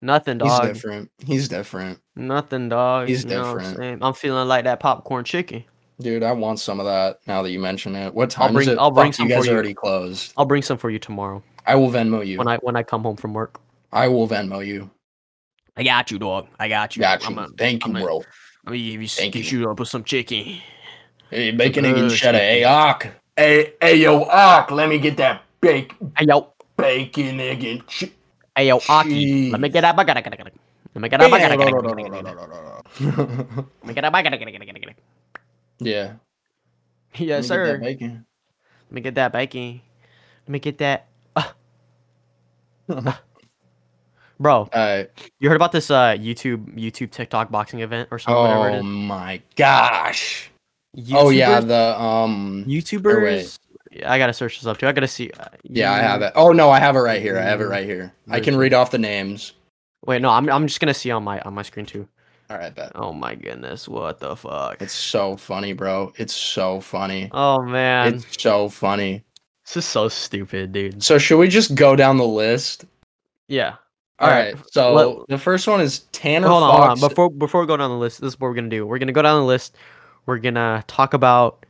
Speaker 2: Nothing,
Speaker 1: He's
Speaker 2: dog.
Speaker 1: different. He's different.
Speaker 2: Nothing, dog.
Speaker 1: He's
Speaker 2: You know what I'm
Speaker 1: different.
Speaker 2: saying? I'm, feeling like that popcorn chicken.
Speaker 1: Dude, I want some of that now that you mention it. What time
Speaker 2: bring-
Speaker 1: is it?
Speaker 2: I'll bring
Speaker 1: Fuck,
Speaker 2: some
Speaker 1: you
Speaker 2: for
Speaker 1: guys
Speaker 2: you.
Speaker 1: are already closed.
Speaker 2: I'll bring some for you tomorrow
Speaker 1: I will Venmo you.
Speaker 2: when I when I come home from work.
Speaker 1: I will Venmo you.
Speaker 2: I got you, dog. I got you.
Speaker 1: Got
Speaker 2: I'm
Speaker 1: you.
Speaker 2: gonna-
Speaker 1: Thank you,
Speaker 2: I'm gonna-
Speaker 1: bro.
Speaker 2: Let me give you, some
Speaker 1: Thank
Speaker 2: get
Speaker 1: you.
Speaker 2: you up with some chicken.
Speaker 1: Hey, bacon, egg, and
Speaker 2: Good
Speaker 1: cheddar.
Speaker 2: chicken.
Speaker 1: Hey, Ock. Hey, hey, yo, Ock. Let me get that bake,
Speaker 2: Hey yo,
Speaker 1: bacon, egg, and che-
Speaker 2: hey yo, Aki. Let me
Speaker 1: Jeez.
Speaker 2: get up. I gotta, gotta, gotta. Let me get up. I gotta, gotta, gotta, gotta, gotta. Let me get up. I gotta, gotta, gotta, gotta, gotta.
Speaker 1: Yeah.
Speaker 2: Yes,
Speaker 1: let me get
Speaker 2: sir.
Speaker 1: that bacon.
Speaker 2: Let me get that bacon. Let me get that. Ah. Ah. Bro,
Speaker 1: All right.
Speaker 2: you heard about this uh, YouTube YouTube TikTok boxing event or something? whatever
Speaker 1: Oh
Speaker 2: it
Speaker 1: my gosh.
Speaker 2: is?
Speaker 1: Oh yeah,
Speaker 2: YouTubers-
Speaker 1: the um
Speaker 2: YouTubers. I gotta search this up too. I gotta see. uh,
Speaker 1: yeah, I
Speaker 2: you-
Speaker 1: have it. Oh no, I have it right here. I have it
Speaker 2: Mm,
Speaker 1: right here. I
Speaker 2: where
Speaker 1: can
Speaker 2: is
Speaker 1: read off the names.
Speaker 2: Wait, no, I'm I'm just gonna see on my on my screen too.
Speaker 1: All right, bet.
Speaker 2: Oh my goodness, what the fuck?
Speaker 1: It's so funny, bro. It's so funny.
Speaker 2: Oh man,
Speaker 1: It's so funny.
Speaker 2: this is so stupid, dude.
Speaker 1: So should we just go down the list?
Speaker 2: Yeah.
Speaker 1: All
Speaker 2: All
Speaker 1: right.
Speaker 2: right,
Speaker 1: So
Speaker 2: let-
Speaker 1: the first one is Tanner
Speaker 2: hold on,
Speaker 1: Fox.
Speaker 2: hold on. Before before we go down the list, this is what we're gonna do. We're gonna go down the list. We're gonna talk about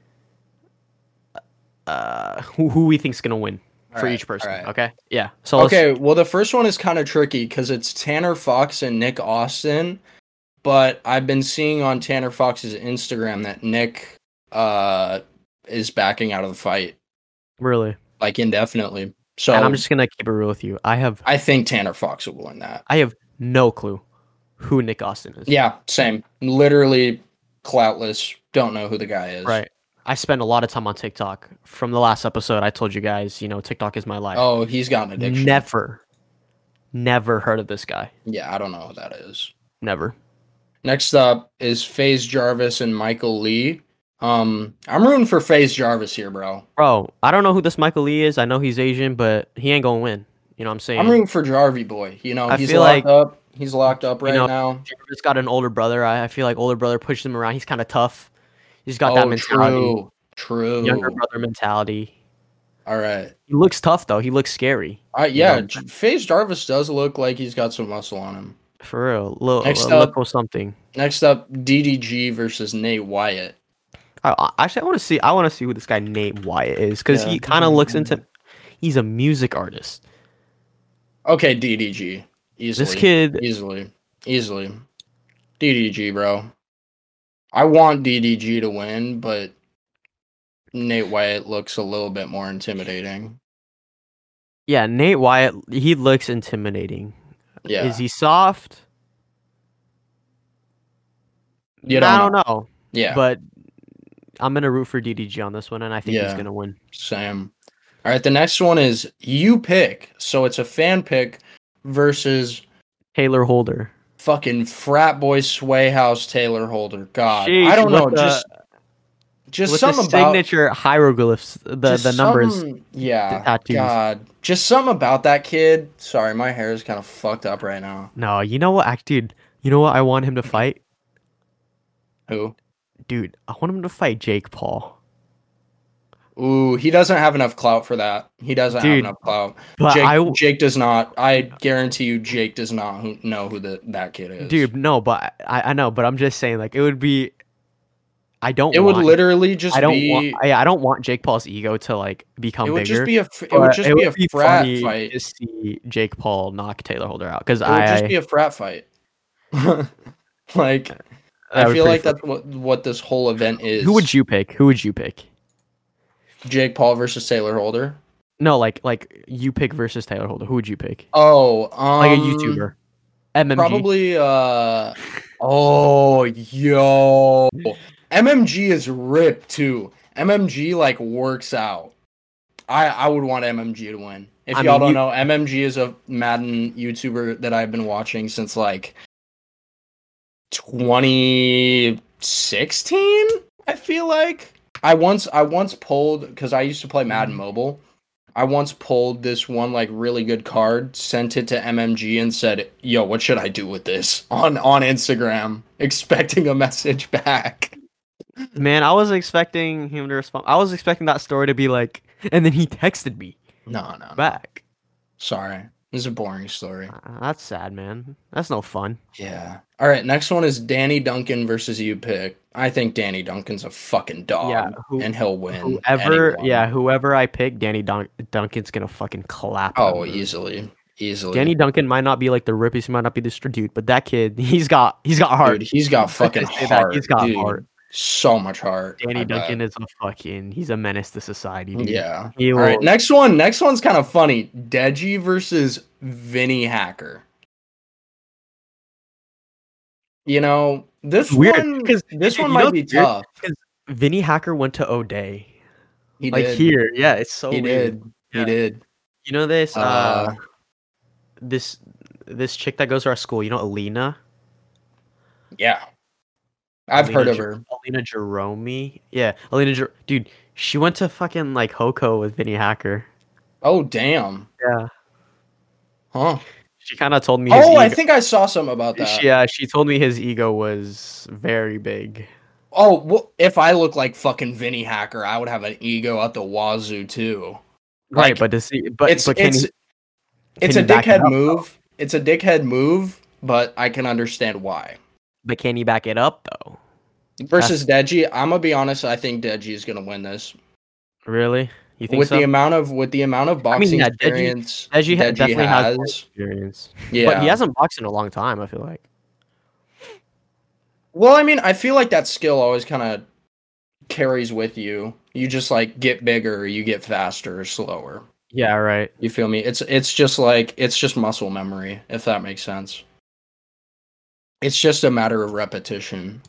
Speaker 2: uh who, who we think's gonna win
Speaker 1: All
Speaker 2: for
Speaker 1: right,
Speaker 2: each person.
Speaker 1: all right.
Speaker 2: Okay. Yeah. So let's-
Speaker 1: Okay, well the first one is kind of tricky cuz it's Tanner Fox and Nick Austin, but I've been seeing on Tanner Fox's Instagram that Nick uh is backing out of the fight.
Speaker 2: really.
Speaker 1: like indefinitely. So
Speaker 2: and I'm just gonna keep it real with you. I have
Speaker 1: I think Tanner Fox will win that.
Speaker 2: I have no clue who Nick Austin is.
Speaker 1: Yeah, same. Literally cloutless. Don't know who the guy is.
Speaker 2: Right. I spend a lot of time on TikTok. From the last episode, I told you guys, you know, TikTok is my life.
Speaker 1: Oh, he's got an addiction.
Speaker 2: never, never heard of this guy.
Speaker 1: yeah, I don't know what that is.
Speaker 2: Never.
Speaker 1: Next up is FaZe Jarvis and Michael Lee. Um, I'm rooting for FaZe Jarvis here, bro.
Speaker 2: Bro, I don't know who this Michael Lee is. I know he's Asian, but he ain't gonna win. You know what I'm saying?
Speaker 1: I'm rooting for Jarvey boy. You know,
Speaker 2: I
Speaker 1: he's
Speaker 2: feel
Speaker 1: locked
Speaker 2: like-
Speaker 1: up. He's locked up right
Speaker 2: know,
Speaker 1: now.
Speaker 2: Jarvis got an older brother. I, I feel like older brother pushed him around. He's kind of tough. He's got that mentality,
Speaker 1: true. Oh, True.
Speaker 2: younger brother mentality.
Speaker 1: All right.
Speaker 2: He looks tough though. He looks scary
Speaker 1: Uh,
Speaker 2: You
Speaker 1: yeah,
Speaker 2: know-
Speaker 1: J- FaZe Jarvis does look like he's got some muscle on him.
Speaker 2: for real. Look,
Speaker 1: Next
Speaker 2: look
Speaker 1: up-
Speaker 2: or something.
Speaker 1: Next up, DDG versus Nate Wyatt.
Speaker 2: I, I, actually, I want to see. I want to see who this guy Nate Wyatt is because
Speaker 1: Yeah,
Speaker 2: he
Speaker 1: he's
Speaker 2: kind of
Speaker 1: an
Speaker 2: looks into. He's a music artist.
Speaker 1: Okay, DDG. Easily.
Speaker 2: This kid,
Speaker 1: Easily. Easily. DDG, bro. I want DDG to win, but Nate Wyatt looks a little bit more intimidating.
Speaker 2: yeah, Nate Wyatt. He looks intimidating.
Speaker 1: Yeah.
Speaker 2: Is he soft?
Speaker 1: You
Speaker 2: I
Speaker 1: don't
Speaker 2: don't know,
Speaker 1: yeah.
Speaker 2: but I'm gonna root for DDG on this one, and I think he's
Speaker 1: Yeah.
Speaker 2: gonna win.
Speaker 1: Sam. All right, the next one is you pick. So it's a fan pick versus
Speaker 2: Taylor Holder.
Speaker 1: fucking frat boy sway house Taylor Holder. God.
Speaker 2: Sheesh,
Speaker 1: I don't
Speaker 2: with
Speaker 1: know.
Speaker 2: the-
Speaker 1: just just
Speaker 2: with
Speaker 1: some
Speaker 2: the
Speaker 1: about
Speaker 2: signature hieroglyphs, the
Speaker 1: Just
Speaker 2: the numbers.
Speaker 1: something- yeah
Speaker 2: tattoos.
Speaker 1: god just something about that kid sorry my hair is kind of fucked up right now
Speaker 2: No, you know what, act dude. You know what? I want him to fight,
Speaker 1: who
Speaker 2: dude. I want him to fight Jake Paul.
Speaker 1: ooh he doesn't have enough clout for that he doesn't have
Speaker 2: Dude,
Speaker 1: enough clout
Speaker 2: But
Speaker 1: jake,
Speaker 2: I, w-
Speaker 1: jake does not i guarantee you jake does not who, know who the, that kid is
Speaker 2: dude, no, but I, I know, but I'm just saying, like, it would be. I don't.
Speaker 1: it would
Speaker 2: want-
Speaker 1: literally just
Speaker 2: I don't
Speaker 1: be
Speaker 2: want. I, I don't want Jake Paul's ego to like become
Speaker 1: it would
Speaker 2: bigger.
Speaker 1: just be a fr- it would
Speaker 2: but
Speaker 1: just be a frat
Speaker 2: funny
Speaker 1: fight
Speaker 2: to see Jake Paul knock Taylor Holder out because
Speaker 1: it would
Speaker 2: I
Speaker 1: just be a frat fight like
Speaker 2: that
Speaker 1: i
Speaker 2: would
Speaker 1: feel
Speaker 2: pretty
Speaker 1: like
Speaker 2: fun.
Speaker 1: that's what what this whole event is
Speaker 2: Who would you pick? Who would you pick?
Speaker 1: Jake Paul versus Taylor Holder.
Speaker 2: No, like like you pick versus Taylor Holder. Who would you pick?
Speaker 1: Oh, um,
Speaker 2: Like a YouTuber. MMG.
Speaker 1: Probably. Uh, oh, yo, MMG is ripped too. MMG like works out. I I would want MMG to win. If
Speaker 2: I
Speaker 1: y'all don't
Speaker 2: mean,
Speaker 1: know, MMG is a Madden YouTuber that I've been watching since like 2016. I feel like I once I once pulled because I used to play
Speaker 2: Mm-hmm.
Speaker 1: Madden Mobile. I once pulled this one like really good card, sent it to MMG and said, "Yo, what should I do with this?" on on Instagram, expecting a message back.
Speaker 2: Man, I was expecting him to respond. I was expecting that story to be like, and then he texted me
Speaker 1: No, no, no.
Speaker 2: back.
Speaker 1: sorry. This is a boring story.
Speaker 2: Uh, That's sad, man. That's no fun.
Speaker 1: Yeah. All right, next one is Danny Duncan versus you pick. I think Danny Duncan's a fucking dog
Speaker 2: yeah. Who,
Speaker 1: Um, and he'll win.
Speaker 2: whoever,
Speaker 1: anyone.
Speaker 2: yeah, whoever I pick, Danny Dun- Duncan's gonna fucking clap. him,
Speaker 1: Oh,
Speaker 2: dude.
Speaker 1: easily. Easily.
Speaker 2: Danny Duncan might not be like the rippiest, he might not be the str- dude, but that kid, he's got he's got heart.
Speaker 1: Dude, he's got
Speaker 2: I
Speaker 1: fucking
Speaker 2: can say that,
Speaker 1: heart.
Speaker 2: He's got
Speaker 1: dude.
Speaker 2: heart.
Speaker 1: So much heart.
Speaker 2: Danny
Speaker 1: I bet.
Speaker 2: Duncan is a fucking he's a menace to society. Dude.
Speaker 1: Yeah.
Speaker 2: He
Speaker 1: All right,
Speaker 2: will-
Speaker 1: next one. Next one's kind of funny. Deji versus Vinny Hacker. You know this
Speaker 2: Weird,
Speaker 1: one.
Speaker 2: 'cause
Speaker 1: This
Speaker 2: you
Speaker 1: one
Speaker 2: know
Speaker 1: might
Speaker 2: what's
Speaker 1: be
Speaker 2: weird?
Speaker 1: tough.
Speaker 2: Vinny Hacker went to O'Day.
Speaker 1: He
Speaker 2: like
Speaker 1: did.
Speaker 2: here. Yeah, it's so
Speaker 1: he
Speaker 2: weird.
Speaker 1: did.
Speaker 2: Yeah.
Speaker 1: He did.
Speaker 2: You know this uh,
Speaker 1: Uh,
Speaker 2: this this chick that goes to our school, you know Alina?
Speaker 1: Yeah, I've
Speaker 2: Alina
Speaker 1: heard of
Speaker 2: Jer-
Speaker 1: her.
Speaker 2: Alina Jerome. Yeah, Alina Jer- dude, she went to fucking like Hoko with Vinny Hacker.
Speaker 1: Oh damn.
Speaker 2: Yeah.
Speaker 1: Huh.
Speaker 2: She kind of told me his
Speaker 1: Oh, I
Speaker 2: ego-
Speaker 1: think I saw something about that.
Speaker 2: she, yeah, she told me his ego was very big.
Speaker 1: Oh, well, if I look like fucking Vinny Hacker, I would have an ego at the wazoo too.
Speaker 2: Right,
Speaker 1: Like,
Speaker 2: but does he but,
Speaker 1: it's
Speaker 2: but can
Speaker 1: it's
Speaker 2: he,
Speaker 1: it's
Speaker 2: can
Speaker 1: a
Speaker 2: he back it
Speaker 1: dickhead
Speaker 2: up, though?
Speaker 1: move. It's a dickhead move, but I can understand why.
Speaker 2: but can he back it up though?
Speaker 1: versus Deji, I'm gonna be honest. I think Deji is gonna win this
Speaker 2: Really? You think
Speaker 1: with
Speaker 2: so?
Speaker 1: the amount of with the amount of
Speaker 2: I
Speaker 1: boxing
Speaker 2: mean, yeah, Deji-
Speaker 1: experience
Speaker 2: Deji ha- definitely has, more
Speaker 1: has.
Speaker 2: experience.
Speaker 1: Yeah,
Speaker 2: But he hasn't boxed in a long time, I feel like.
Speaker 1: well, I mean, I feel like that skill always kind of carries with you. You just like get bigger, you get faster, slower.
Speaker 2: Yeah, right.
Speaker 1: You feel me? It's it's just like it's just muscle memory, if that makes sense. It's just a matter of repetition.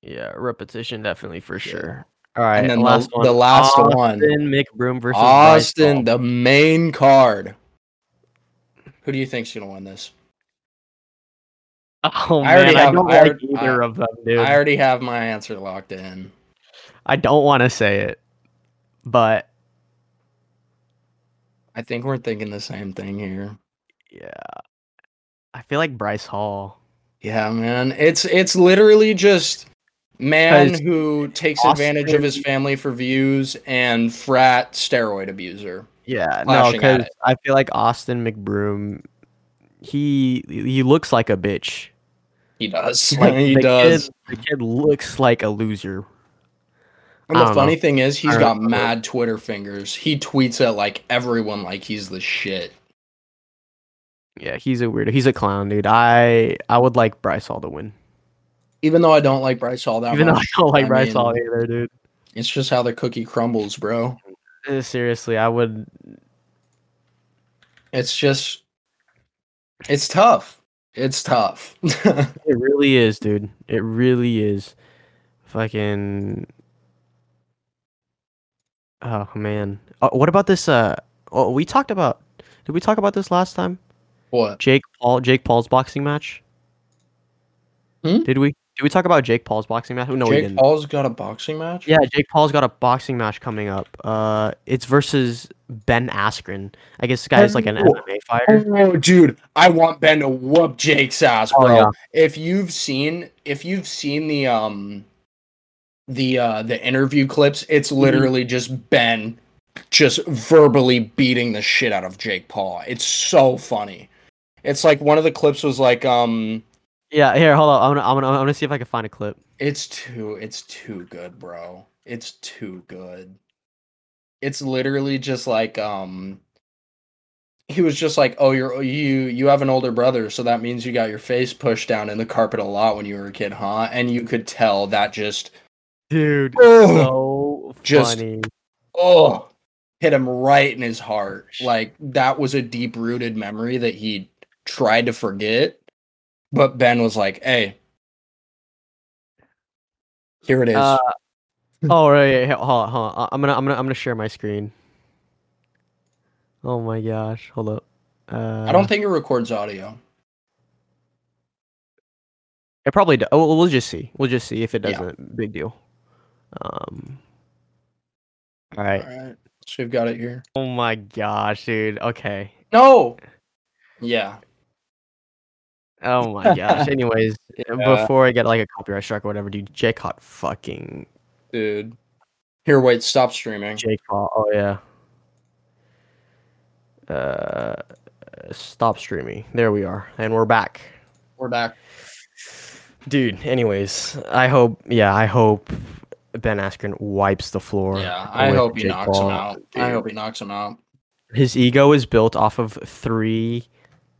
Speaker 2: Yeah, repetition definitely for
Speaker 1: Yeah.
Speaker 2: sure. All right,
Speaker 1: and then
Speaker 2: last
Speaker 1: the,
Speaker 2: one.
Speaker 1: the last
Speaker 2: Austin
Speaker 1: one,
Speaker 2: McBroom versus Bryce
Speaker 1: Austin,
Speaker 2: Hall.
Speaker 1: the main card. Who do you think's gonna win this?
Speaker 2: Oh
Speaker 1: I already
Speaker 2: man, I
Speaker 1: have-
Speaker 2: don't
Speaker 1: I
Speaker 2: like
Speaker 1: already-
Speaker 2: either
Speaker 1: I-
Speaker 2: of them, dude.
Speaker 1: I
Speaker 2: I,
Speaker 1: already have my answer locked in.
Speaker 2: don't want to say it, but
Speaker 1: I think we're thinking the same thing here.
Speaker 2: yeah, I feel like Bryce Hall.
Speaker 1: Yeah, man. It's it's literally just man
Speaker 2: 'Cause
Speaker 1: who takes advantage of his
Speaker 2: Austin-
Speaker 1: family for views and frat steroid abuser.
Speaker 2: Yeah, no,
Speaker 1: Clashing at
Speaker 2: because I feel like Austin McBroom, he he looks like a bitch.
Speaker 1: He does.
Speaker 2: Like
Speaker 1: he
Speaker 2: the
Speaker 1: does.
Speaker 2: Kid, the kid looks like a loser.
Speaker 1: and the
Speaker 2: I don't know.
Speaker 1: funny thing is he's
Speaker 2: I
Speaker 1: got
Speaker 2: don't know.
Speaker 1: mad Twitter fingers. He tweets at like everyone like he's the shit.
Speaker 2: Yeah, he's a weirdo. He's a clown, dude. I I would like Bryce Hall to win,
Speaker 1: Even though I don't like Bryce Hall that
Speaker 2: even though I
Speaker 1: much.
Speaker 2: don't like
Speaker 1: I
Speaker 2: Bryce Hall
Speaker 1: mean-
Speaker 2: either, dude.
Speaker 1: It's just how the cookie crumbles, bro.
Speaker 2: Uh, Seriously, I would.
Speaker 1: It's just it's tough. It's tough.
Speaker 2: It really is, dude. It really is. Fucking. Oh man. Oh, what about this? Uh, oh, we talked about. Did we talk about this last time?
Speaker 1: what?
Speaker 2: Jake Paul. Jake Paul's boxing match.
Speaker 1: Hmm?
Speaker 2: Did we? Did we talk about Jake Paul's boxing match? No, we
Speaker 1: Jake
Speaker 2: didn't.
Speaker 1: Paul's got a boxing match?
Speaker 2: Yeah, Jake Paul's got a boxing match coming up. Uh, it's versus Ben Askren. I guess this guy is like an
Speaker 1: Oh.
Speaker 2: MMA fighter.
Speaker 1: Oh, dude, I want Ben to whoop Jake's ass,
Speaker 2: Oh,
Speaker 1: bro.
Speaker 2: yeah.
Speaker 1: If you've seen, if you've seen the um, the uh, the interview clips, it's
Speaker 2: Mm-hmm.
Speaker 1: literally just Ben just verbally beating the shit out of Jake Paul. It's so funny. It's like one of the clips was like, um,
Speaker 2: Yeah, here, hold on. I'm gonna, I'm gonna, I'm gonna see if I can find a clip.
Speaker 1: it's too, it's too good, bro. It's too good. It's literally just like, um. he was just like, "Oh, you're you you have an older brother, so that means you got your face pushed down in the carpet a lot when you were a kid, huh?" And you could tell that just
Speaker 2: Dude,
Speaker 1: Oh.
Speaker 2: so
Speaker 1: Just-
Speaker 2: funny.
Speaker 1: oh hit him right in his heart. Like that was a deep rooted memory that he tried to forget. But Ben was like, hey, here it is.
Speaker 2: Uh, oh right, yeah, yeah, hold on, hold on. I'm gonna I'm gonna I'm gonna share my screen. Oh my gosh, hold up. Uh,
Speaker 1: I don't think it records audio.
Speaker 2: It probably does. Oh, we'll just see. We'll just see if it
Speaker 1: Yeah.
Speaker 2: doesn't. Big deal. Um. All right.
Speaker 1: All right. So we've got it here.
Speaker 2: Oh my gosh, dude. Okay.
Speaker 1: No. Yeah.
Speaker 2: Oh my gosh. Anyways, uh,
Speaker 1: Yeah.
Speaker 2: before I get like a copyright strike or whatever, dude, Jake caught fucking
Speaker 1: Dude. Here, wait, stop streaming.
Speaker 2: Jake Paul. Oh yeah. Uh, stop streaming. There we are, and we're back,
Speaker 1: We're back.
Speaker 2: dude. Anyways, I hope. Yeah, I hope Ben Askren wipes the floor.
Speaker 1: Yeah, I
Speaker 2: with
Speaker 1: hope he
Speaker 2: Jake
Speaker 1: knocks
Speaker 2: Paul,
Speaker 1: him out. I
Speaker 2: dude.
Speaker 1: hope he knocks him out.
Speaker 2: His ego is built off of three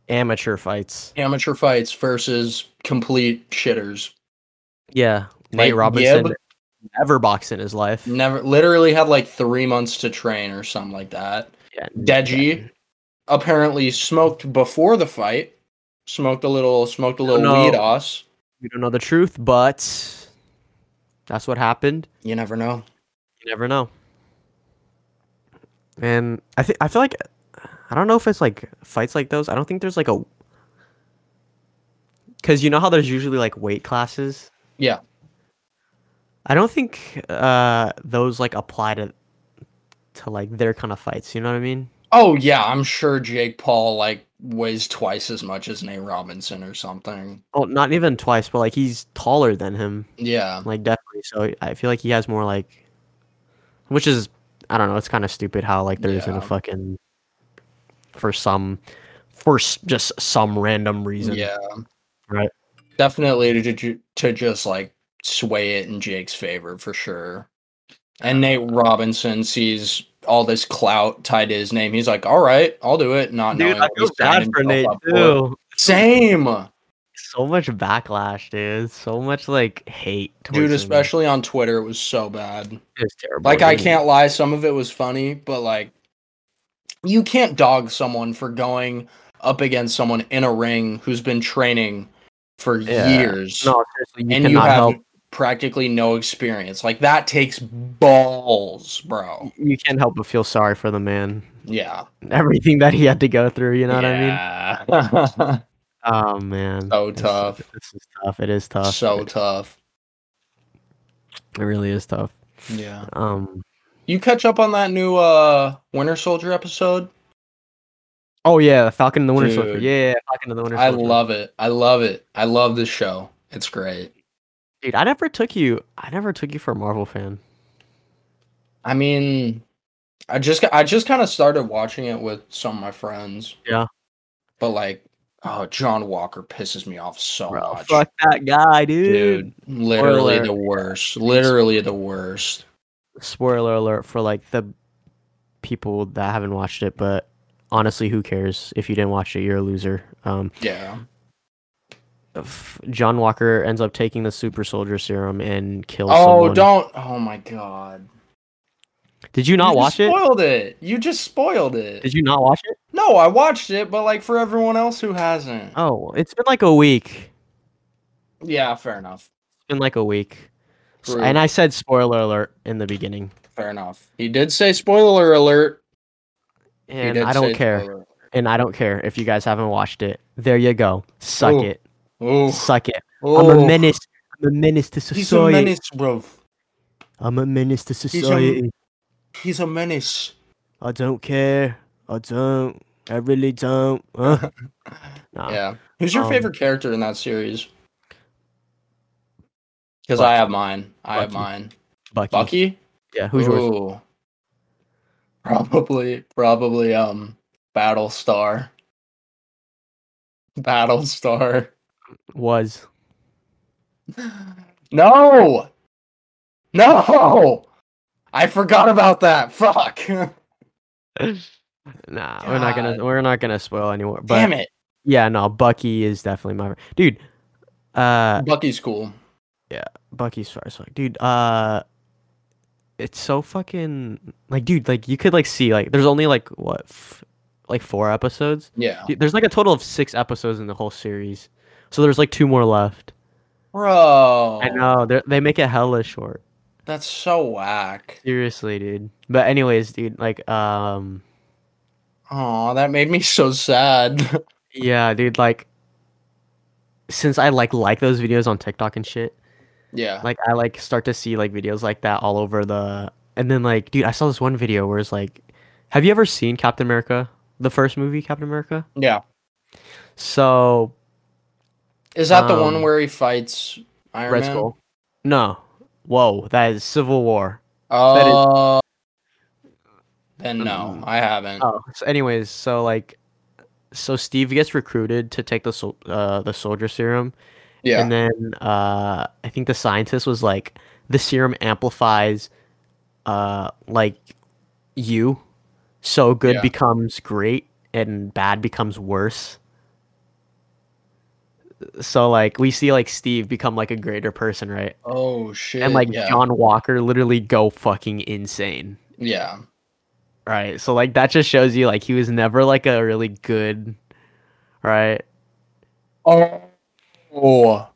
Speaker 2: amateur fights.
Speaker 1: Amateur fights versus complete shitters.
Speaker 2: Yeah,
Speaker 1: Like,
Speaker 2: Nate
Speaker 1: yeah,
Speaker 2: Robinson
Speaker 1: but-
Speaker 2: never boxed in his life.
Speaker 1: Never, literally had like three months to train or something like that.
Speaker 2: Yeah,
Speaker 1: Deji apparently smoked before the fight. Smoked a little, smoked a little
Speaker 2: no.
Speaker 1: weed. Us,
Speaker 2: We don't know the truth, but that's what happened.
Speaker 1: you never know.
Speaker 2: You never know. And I think I feel like I don't know if it's like fights like those. I don't think there's like a because you know how there's usually like weight classes.
Speaker 1: Yeah.
Speaker 2: I don't think uh those like apply to to like their kind of fights. You know what I mean?
Speaker 1: Oh yeah, I'm sure Jake Paul like weighs twice as much as Nate Robinson or something.
Speaker 2: Well, not even twice, but like he's taller than him.
Speaker 1: Yeah,
Speaker 2: Like definitely. So I feel like he has more like, which is I don't know. It's kind of stupid how like there not
Speaker 1: Yeah.
Speaker 2: a fucking for some for s- just some random reason.
Speaker 1: yeah,
Speaker 2: Right.
Speaker 1: Definitely to ju- to just like sway it in Jake's favor for sure. And Nate Robinson sees all this clout tied to his name. He's like, "All right, I'll do it." Not
Speaker 2: Dude,
Speaker 1: knowing
Speaker 2: I
Speaker 1: what
Speaker 2: feel
Speaker 1: he's signing
Speaker 2: bad for Nate
Speaker 1: himself up for.
Speaker 2: too.
Speaker 1: Same.
Speaker 2: So much backlash, dude. So much like hate. towards
Speaker 1: Dude,
Speaker 2: him.
Speaker 1: especially on Twitter, it was so bad.
Speaker 2: It was terrible.
Speaker 1: Like, I
Speaker 2: It was-
Speaker 1: can't lie, some of it was funny, but like, you can't dog someone for going up against someone in a ring who's been training for
Speaker 2: Yeah.
Speaker 1: years
Speaker 2: No, seriously, you
Speaker 1: and you
Speaker 2: cannot
Speaker 1: have
Speaker 2: help.
Speaker 1: practically no experience. Like, that takes balls, bro.
Speaker 2: You can't help but feel sorry for the man.
Speaker 1: Yeah.
Speaker 2: Everything that he had to go through. You know what I mean?
Speaker 1: what I mean?
Speaker 2: Oh man,
Speaker 1: So
Speaker 2: This-
Speaker 1: tough.
Speaker 2: This is tough. It is tough.
Speaker 1: so
Speaker 2: it,
Speaker 1: tough.
Speaker 2: it really is tough.
Speaker 1: Yeah.
Speaker 2: Um.
Speaker 1: You catch up on that new uh Winter Soldier episode?
Speaker 2: Oh yeah, Falcon and the Winter Soldier.
Speaker 1: Dude.
Speaker 2: Yeah, yeah, Falcon and the Winter
Speaker 1: I
Speaker 2: Soldier.
Speaker 1: love it. I love it. I love this show. It's great.
Speaker 2: dude. I never took you. I never took you for a Marvel fan.
Speaker 1: I mean, I just I just kind of started watching it with some of my friends.
Speaker 2: Yeah.
Speaker 1: But like, oh, John Walker pisses me off so
Speaker 2: Bro,
Speaker 1: much.
Speaker 2: fuck that guy, dude.
Speaker 1: Dude, literally
Speaker 2: Spoiler.
Speaker 1: the worst. Literally the worst.
Speaker 2: Spoiler alert for like the people that haven't watched it, but honestly, who cares? If you didn't watch it, you're a loser. Um,
Speaker 1: Yeah.
Speaker 2: f- John Walker ends up taking the Super Soldier Serum and kills.
Speaker 1: Oh,
Speaker 2: someone.
Speaker 1: don't. Oh my god.
Speaker 2: Did you not
Speaker 1: you
Speaker 2: watch it?
Speaker 1: Spoiled it. You just spoiled it.
Speaker 2: Did you not watch it?
Speaker 1: No, I watched it, but like for everyone else who hasn't.
Speaker 2: Oh, it's been like a week.
Speaker 1: Yeah, fair enough.
Speaker 2: been like a week. S-
Speaker 1: True.
Speaker 2: And I said spoiler alert in the beginning.
Speaker 1: Fair enough. He did say spoiler alert. He
Speaker 2: And
Speaker 1: did
Speaker 2: I don't
Speaker 1: say
Speaker 2: care.
Speaker 1: spoiler alert.
Speaker 2: And I don't care if you guys haven't watched it. There you go. Suck
Speaker 1: Ooh.
Speaker 2: it.
Speaker 1: Oh,
Speaker 2: Suck it.
Speaker 1: oh.
Speaker 2: I'm a menace. I'm a menace to
Speaker 1: He's
Speaker 2: society.
Speaker 1: a menace, bro.
Speaker 2: I'm a menace to
Speaker 1: a-
Speaker 2: society.
Speaker 1: He's a menace.
Speaker 2: I don't care. I don't. I really don't. Uh. Nah.
Speaker 1: Yeah. Who's your
Speaker 2: Um,
Speaker 1: favorite character in that series? Because
Speaker 2: Bucky.
Speaker 1: I have mine. I have
Speaker 2: Bucky.
Speaker 1: mine.
Speaker 2: Bucky.
Speaker 1: Bucky.
Speaker 2: Yeah, who's yours?
Speaker 1: Ooh. Probably, probably, um, Battlestar. Battlestar.
Speaker 2: Was.
Speaker 1: No. No. I forgot about that. Fuck.
Speaker 2: Nah, we're not
Speaker 1: God.
Speaker 2: gonna we're not gonna spoil anymore. But
Speaker 1: Damn it.
Speaker 2: yeah, no, Bucky is definitely my dude. Uh
Speaker 1: Bucky's cool.
Speaker 2: Bucky's far as fuck. Dude, uh it's so fucking like, dude, like you could like see like there's only like what, f- like four episodes.
Speaker 1: Yeah.
Speaker 2: Dude, there's like a total of six episodes in the whole series, so there's like two more left.
Speaker 1: Bro.
Speaker 2: I know they're- they make it hella short.
Speaker 1: That's so whack.
Speaker 2: Seriously, dude. But anyways, dude, like um
Speaker 1: Oh, that made me so sad.
Speaker 2: yeah, dude, like since I like like those videos on TikTok and shit,
Speaker 1: yeah.
Speaker 2: like I like start to see like videos like that all over the and then like dude, I saw this one video where it's like have you ever seen Captain America? The first movie Captain America?
Speaker 1: yeah.
Speaker 2: So,
Speaker 1: Is that the one
Speaker 2: um,
Speaker 1: where he fights Iron
Speaker 2: Red
Speaker 1: Man?
Speaker 2: Skull. No. Whoa, that is Civil War. That is-
Speaker 1: Oh. then no,
Speaker 2: Mm.
Speaker 1: I haven't.
Speaker 2: Oh, so anyways, so like, so Steve gets recruited to take the sol- uh, the soldier serum,
Speaker 1: yeah.
Speaker 2: and then uh, I think the scientist was like, the serum amplifies, uh, like, you, so good
Speaker 1: Yeah.
Speaker 2: becomes great and bad becomes worse. So like we see like Steve become like a greater person, right?
Speaker 1: oh shit.
Speaker 2: And like
Speaker 1: yeah.
Speaker 2: John Walker literally go fucking insane.
Speaker 1: yeah.
Speaker 2: Right. So like that just shows you like he was never like a really good right?
Speaker 1: Oh. Oh.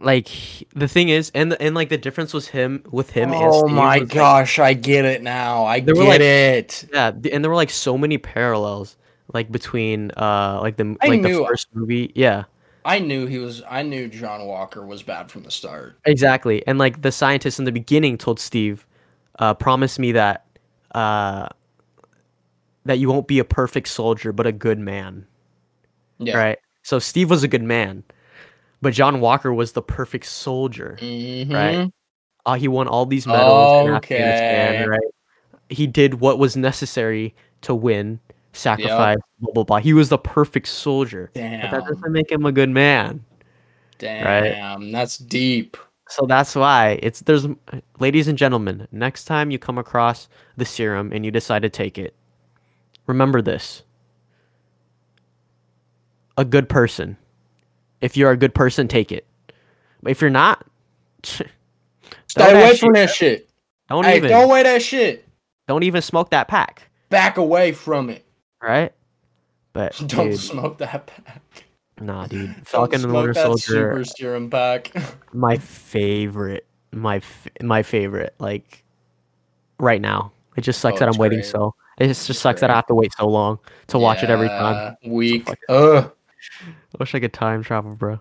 Speaker 2: Like he- the thing is and and like the difference was him with him and
Speaker 1: oh
Speaker 2: Steve
Speaker 1: my
Speaker 2: was, like-
Speaker 1: gosh, I get it now. I
Speaker 2: They
Speaker 1: get
Speaker 2: were, like-
Speaker 1: it.
Speaker 2: yeah, th- and there were like so many parallels like between uh like the m-
Speaker 1: I
Speaker 2: like
Speaker 1: knew-
Speaker 2: the first movie. Yeah.
Speaker 1: I knew he was I knew John Walker was bad from the start.
Speaker 2: Exactly. And like the scientist in the beginning told Steve, uh promise me that uh that you won't be a perfect soldier but a good man.
Speaker 1: Yeah.
Speaker 2: Right. So Steve was a good man, but John Walker was the perfect soldier.
Speaker 1: Right.
Speaker 2: Uh, he won all these medals. in Afghanistan,
Speaker 1: Okay.
Speaker 2: right? He did what was necessary to win, sacrifice, blah, blah, blah. He was the perfect soldier. But that
Speaker 1: Damn.
Speaker 2: doesn't make him a good man.
Speaker 1: Damn. That's deep.
Speaker 2: So that's why it's there's, ladies and gentlemen, next time you come across the serum and you decide to take it, remember this. A good person. If you're a good person, take it. But if you're not,
Speaker 1: Stay away
Speaker 2: actually-
Speaker 1: from that shit.
Speaker 2: don't
Speaker 1: hey,
Speaker 2: even
Speaker 1: throw away that shit.
Speaker 2: don't even smoke that pack,
Speaker 1: Back away from it.
Speaker 2: right? But
Speaker 1: Don't
Speaker 2: dude,
Speaker 1: smoke that pack.
Speaker 2: nah, dude,
Speaker 1: Don't
Speaker 2: Falcon and the
Speaker 1: smoke
Speaker 2: Winter
Speaker 1: that
Speaker 2: Soldier,
Speaker 1: Super serum pack.
Speaker 2: my favorite, my f- my favorite, like right now. It just sucks
Speaker 1: Oh,
Speaker 2: that I'm
Speaker 1: it's
Speaker 2: waiting
Speaker 1: great.
Speaker 2: so. It just,
Speaker 1: It's
Speaker 2: just sucks that I
Speaker 1: great.
Speaker 2: have to wait so long to watch it every time.
Speaker 1: Yeah, Weak.
Speaker 2: Fuck
Speaker 1: Ugh.
Speaker 2: I wish I could time travel, bro.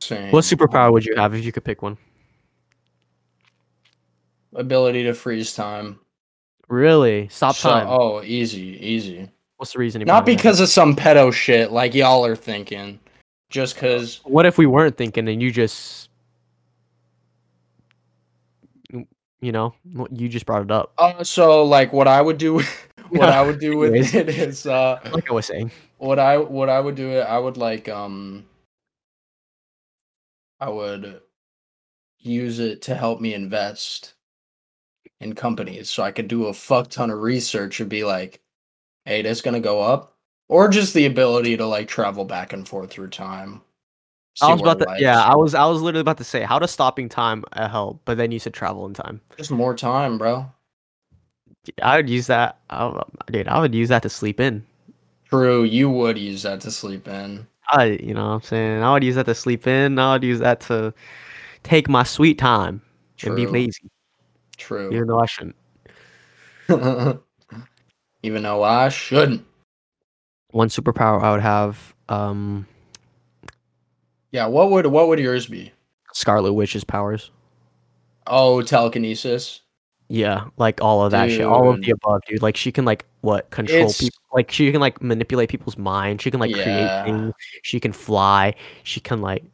Speaker 1: Same.
Speaker 2: What superpower would you have if you could pick one?
Speaker 1: Ability to freeze time.
Speaker 2: Really? Stop
Speaker 1: So-
Speaker 2: time.
Speaker 1: Oh, easy, easy.
Speaker 2: What's the reason?
Speaker 1: Not because of some pedo shit like y'all are thinking. Just because
Speaker 2: What if we weren't thinking and you just, you know, you just brought it up.
Speaker 1: Uh, so like what I would do, with- what I would do with
Speaker 2: Anyways.
Speaker 1: it is, uh,
Speaker 2: Like I was saying.
Speaker 1: what I what I would do it, I would like um, I would use it to help me invest in companies, so I could do a fuck ton of research and be like, hey, that's gonna go up, or just the ability to like travel back and forth through time.
Speaker 2: I
Speaker 1: see
Speaker 2: was
Speaker 1: where
Speaker 2: about to,
Speaker 1: life's-
Speaker 2: yeah, I was, I was literally about to say how does stopping time uh, help, but then you said travel in time.
Speaker 1: just more time, bro.
Speaker 2: I would use that, I don't know, dude. I would use that to sleep in.
Speaker 1: True, you would use that to sleep in.
Speaker 2: I, you know, what I'm saying I would use that to sleep in. I would use that to take my sweet time
Speaker 1: True,
Speaker 2: and be lazy,
Speaker 1: true.
Speaker 2: even though I shouldn't.
Speaker 1: Even though I shouldn't.
Speaker 2: One superpower I would have, um,
Speaker 1: Yeah, what would what would yours be?
Speaker 2: Scarlet Witch's powers.
Speaker 1: Oh, telekinesis.
Speaker 2: Yeah, like all of that shit, all of the
Speaker 1: Dude.
Speaker 2: above, dude. Like she can like what control
Speaker 1: It's-
Speaker 2: people, like she can like manipulate people's mind. She can like
Speaker 1: Yeah.
Speaker 2: create things. She can fly. She can like,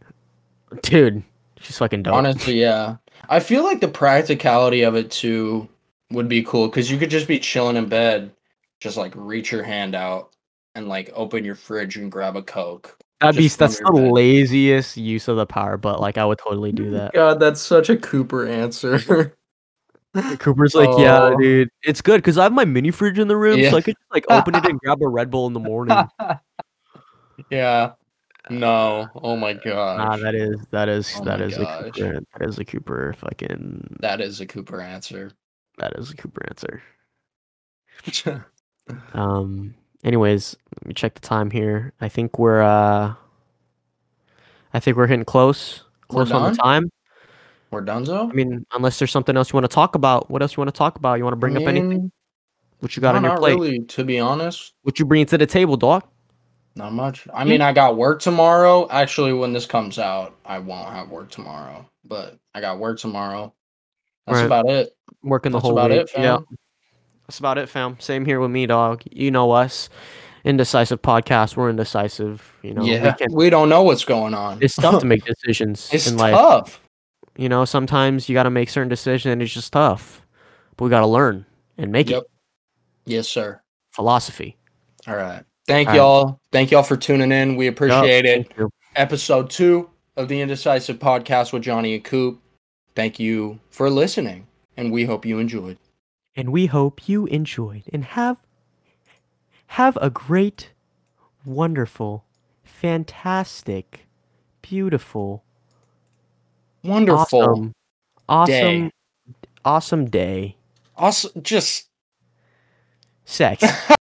Speaker 2: dude, she's fucking dope.
Speaker 1: Honestly, yeah. I feel like the practicality of it too would be cool because you could just be chilling in bed, just like reach your hand out and like open your fridge and grab a coke.
Speaker 2: That'd be
Speaker 1: just from
Speaker 2: that's the
Speaker 1: your bed.
Speaker 2: laziest use of the power, but like I would totally do that.
Speaker 1: God, that's such a Cooper answer.
Speaker 2: Cooper's like, yeah,
Speaker 1: Oh.
Speaker 2: dude, it's good because I have my mini fridge in the room,
Speaker 1: Yeah.
Speaker 2: so I could just like open it and grab a Red Bull in the morning.
Speaker 1: yeah, No. Oh my god.
Speaker 2: Nah, that is that is
Speaker 1: Oh
Speaker 2: that
Speaker 1: my
Speaker 2: is
Speaker 1: gosh.
Speaker 2: a Cooper. That is a Cooper fucking.
Speaker 1: that is a Cooper answer.
Speaker 2: That is a Cooper answer. Um. Anyways, let me check the time here. I think we're uh. I think we're hitting close.
Speaker 1: We're
Speaker 2: Close on the
Speaker 1: done?
Speaker 2: time.
Speaker 1: We're
Speaker 2: I
Speaker 1: donezo.
Speaker 2: mean, unless there's something else you want to talk about. What else you want to talk about? You want to bring up anything?
Speaker 1: mean,
Speaker 2: What you got
Speaker 1: no,
Speaker 2: on your
Speaker 1: not
Speaker 2: plate?
Speaker 1: really. To be honest,
Speaker 2: What you bringing to the table, dog?
Speaker 1: not much. I mean, I got work tomorrow. Actually, when this comes out, I won't have work tomorrow. But I got work tomorrow. That's
Speaker 2: Right.
Speaker 1: about it.
Speaker 2: Working the
Speaker 1: That's
Speaker 2: whole
Speaker 1: about
Speaker 2: week.
Speaker 1: it, fam.
Speaker 2: Yeah. That's about it, fam. Same here with me, dog. You know us. Indecisive podcast. We're indecisive. You know, we
Speaker 1: yeah,
Speaker 2: can't-
Speaker 1: we don't know what's going on.
Speaker 2: it's tough to make decisions
Speaker 1: It's
Speaker 2: in life.
Speaker 1: tough.
Speaker 2: You know, sometimes you got to make certain decisions and it's just tough. But we got to learn and make
Speaker 1: Yep.
Speaker 2: it.
Speaker 1: Yes, sir.
Speaker 2: Philosophy.
Speaker 1: All right. Thank
Speaker 2: All right.
Speaker 1: y'all. Thank y'all for tuning in. We appreciate it.
Speaker 2: Thank you.
Speaker 1: Episode two of the Indecisive Podcast with Johnny and Coop. Thank you for listening, and we hope you enjoyed.
Speaker 2: And we hope you enjoyed and have have a great, wonderful, fantastic, beautiful,
Speaker 1: Wonderful.
Speaker 2: awesome, awesome, awesome day.
Speaker 1: Also, just
Speaker 2: Sex.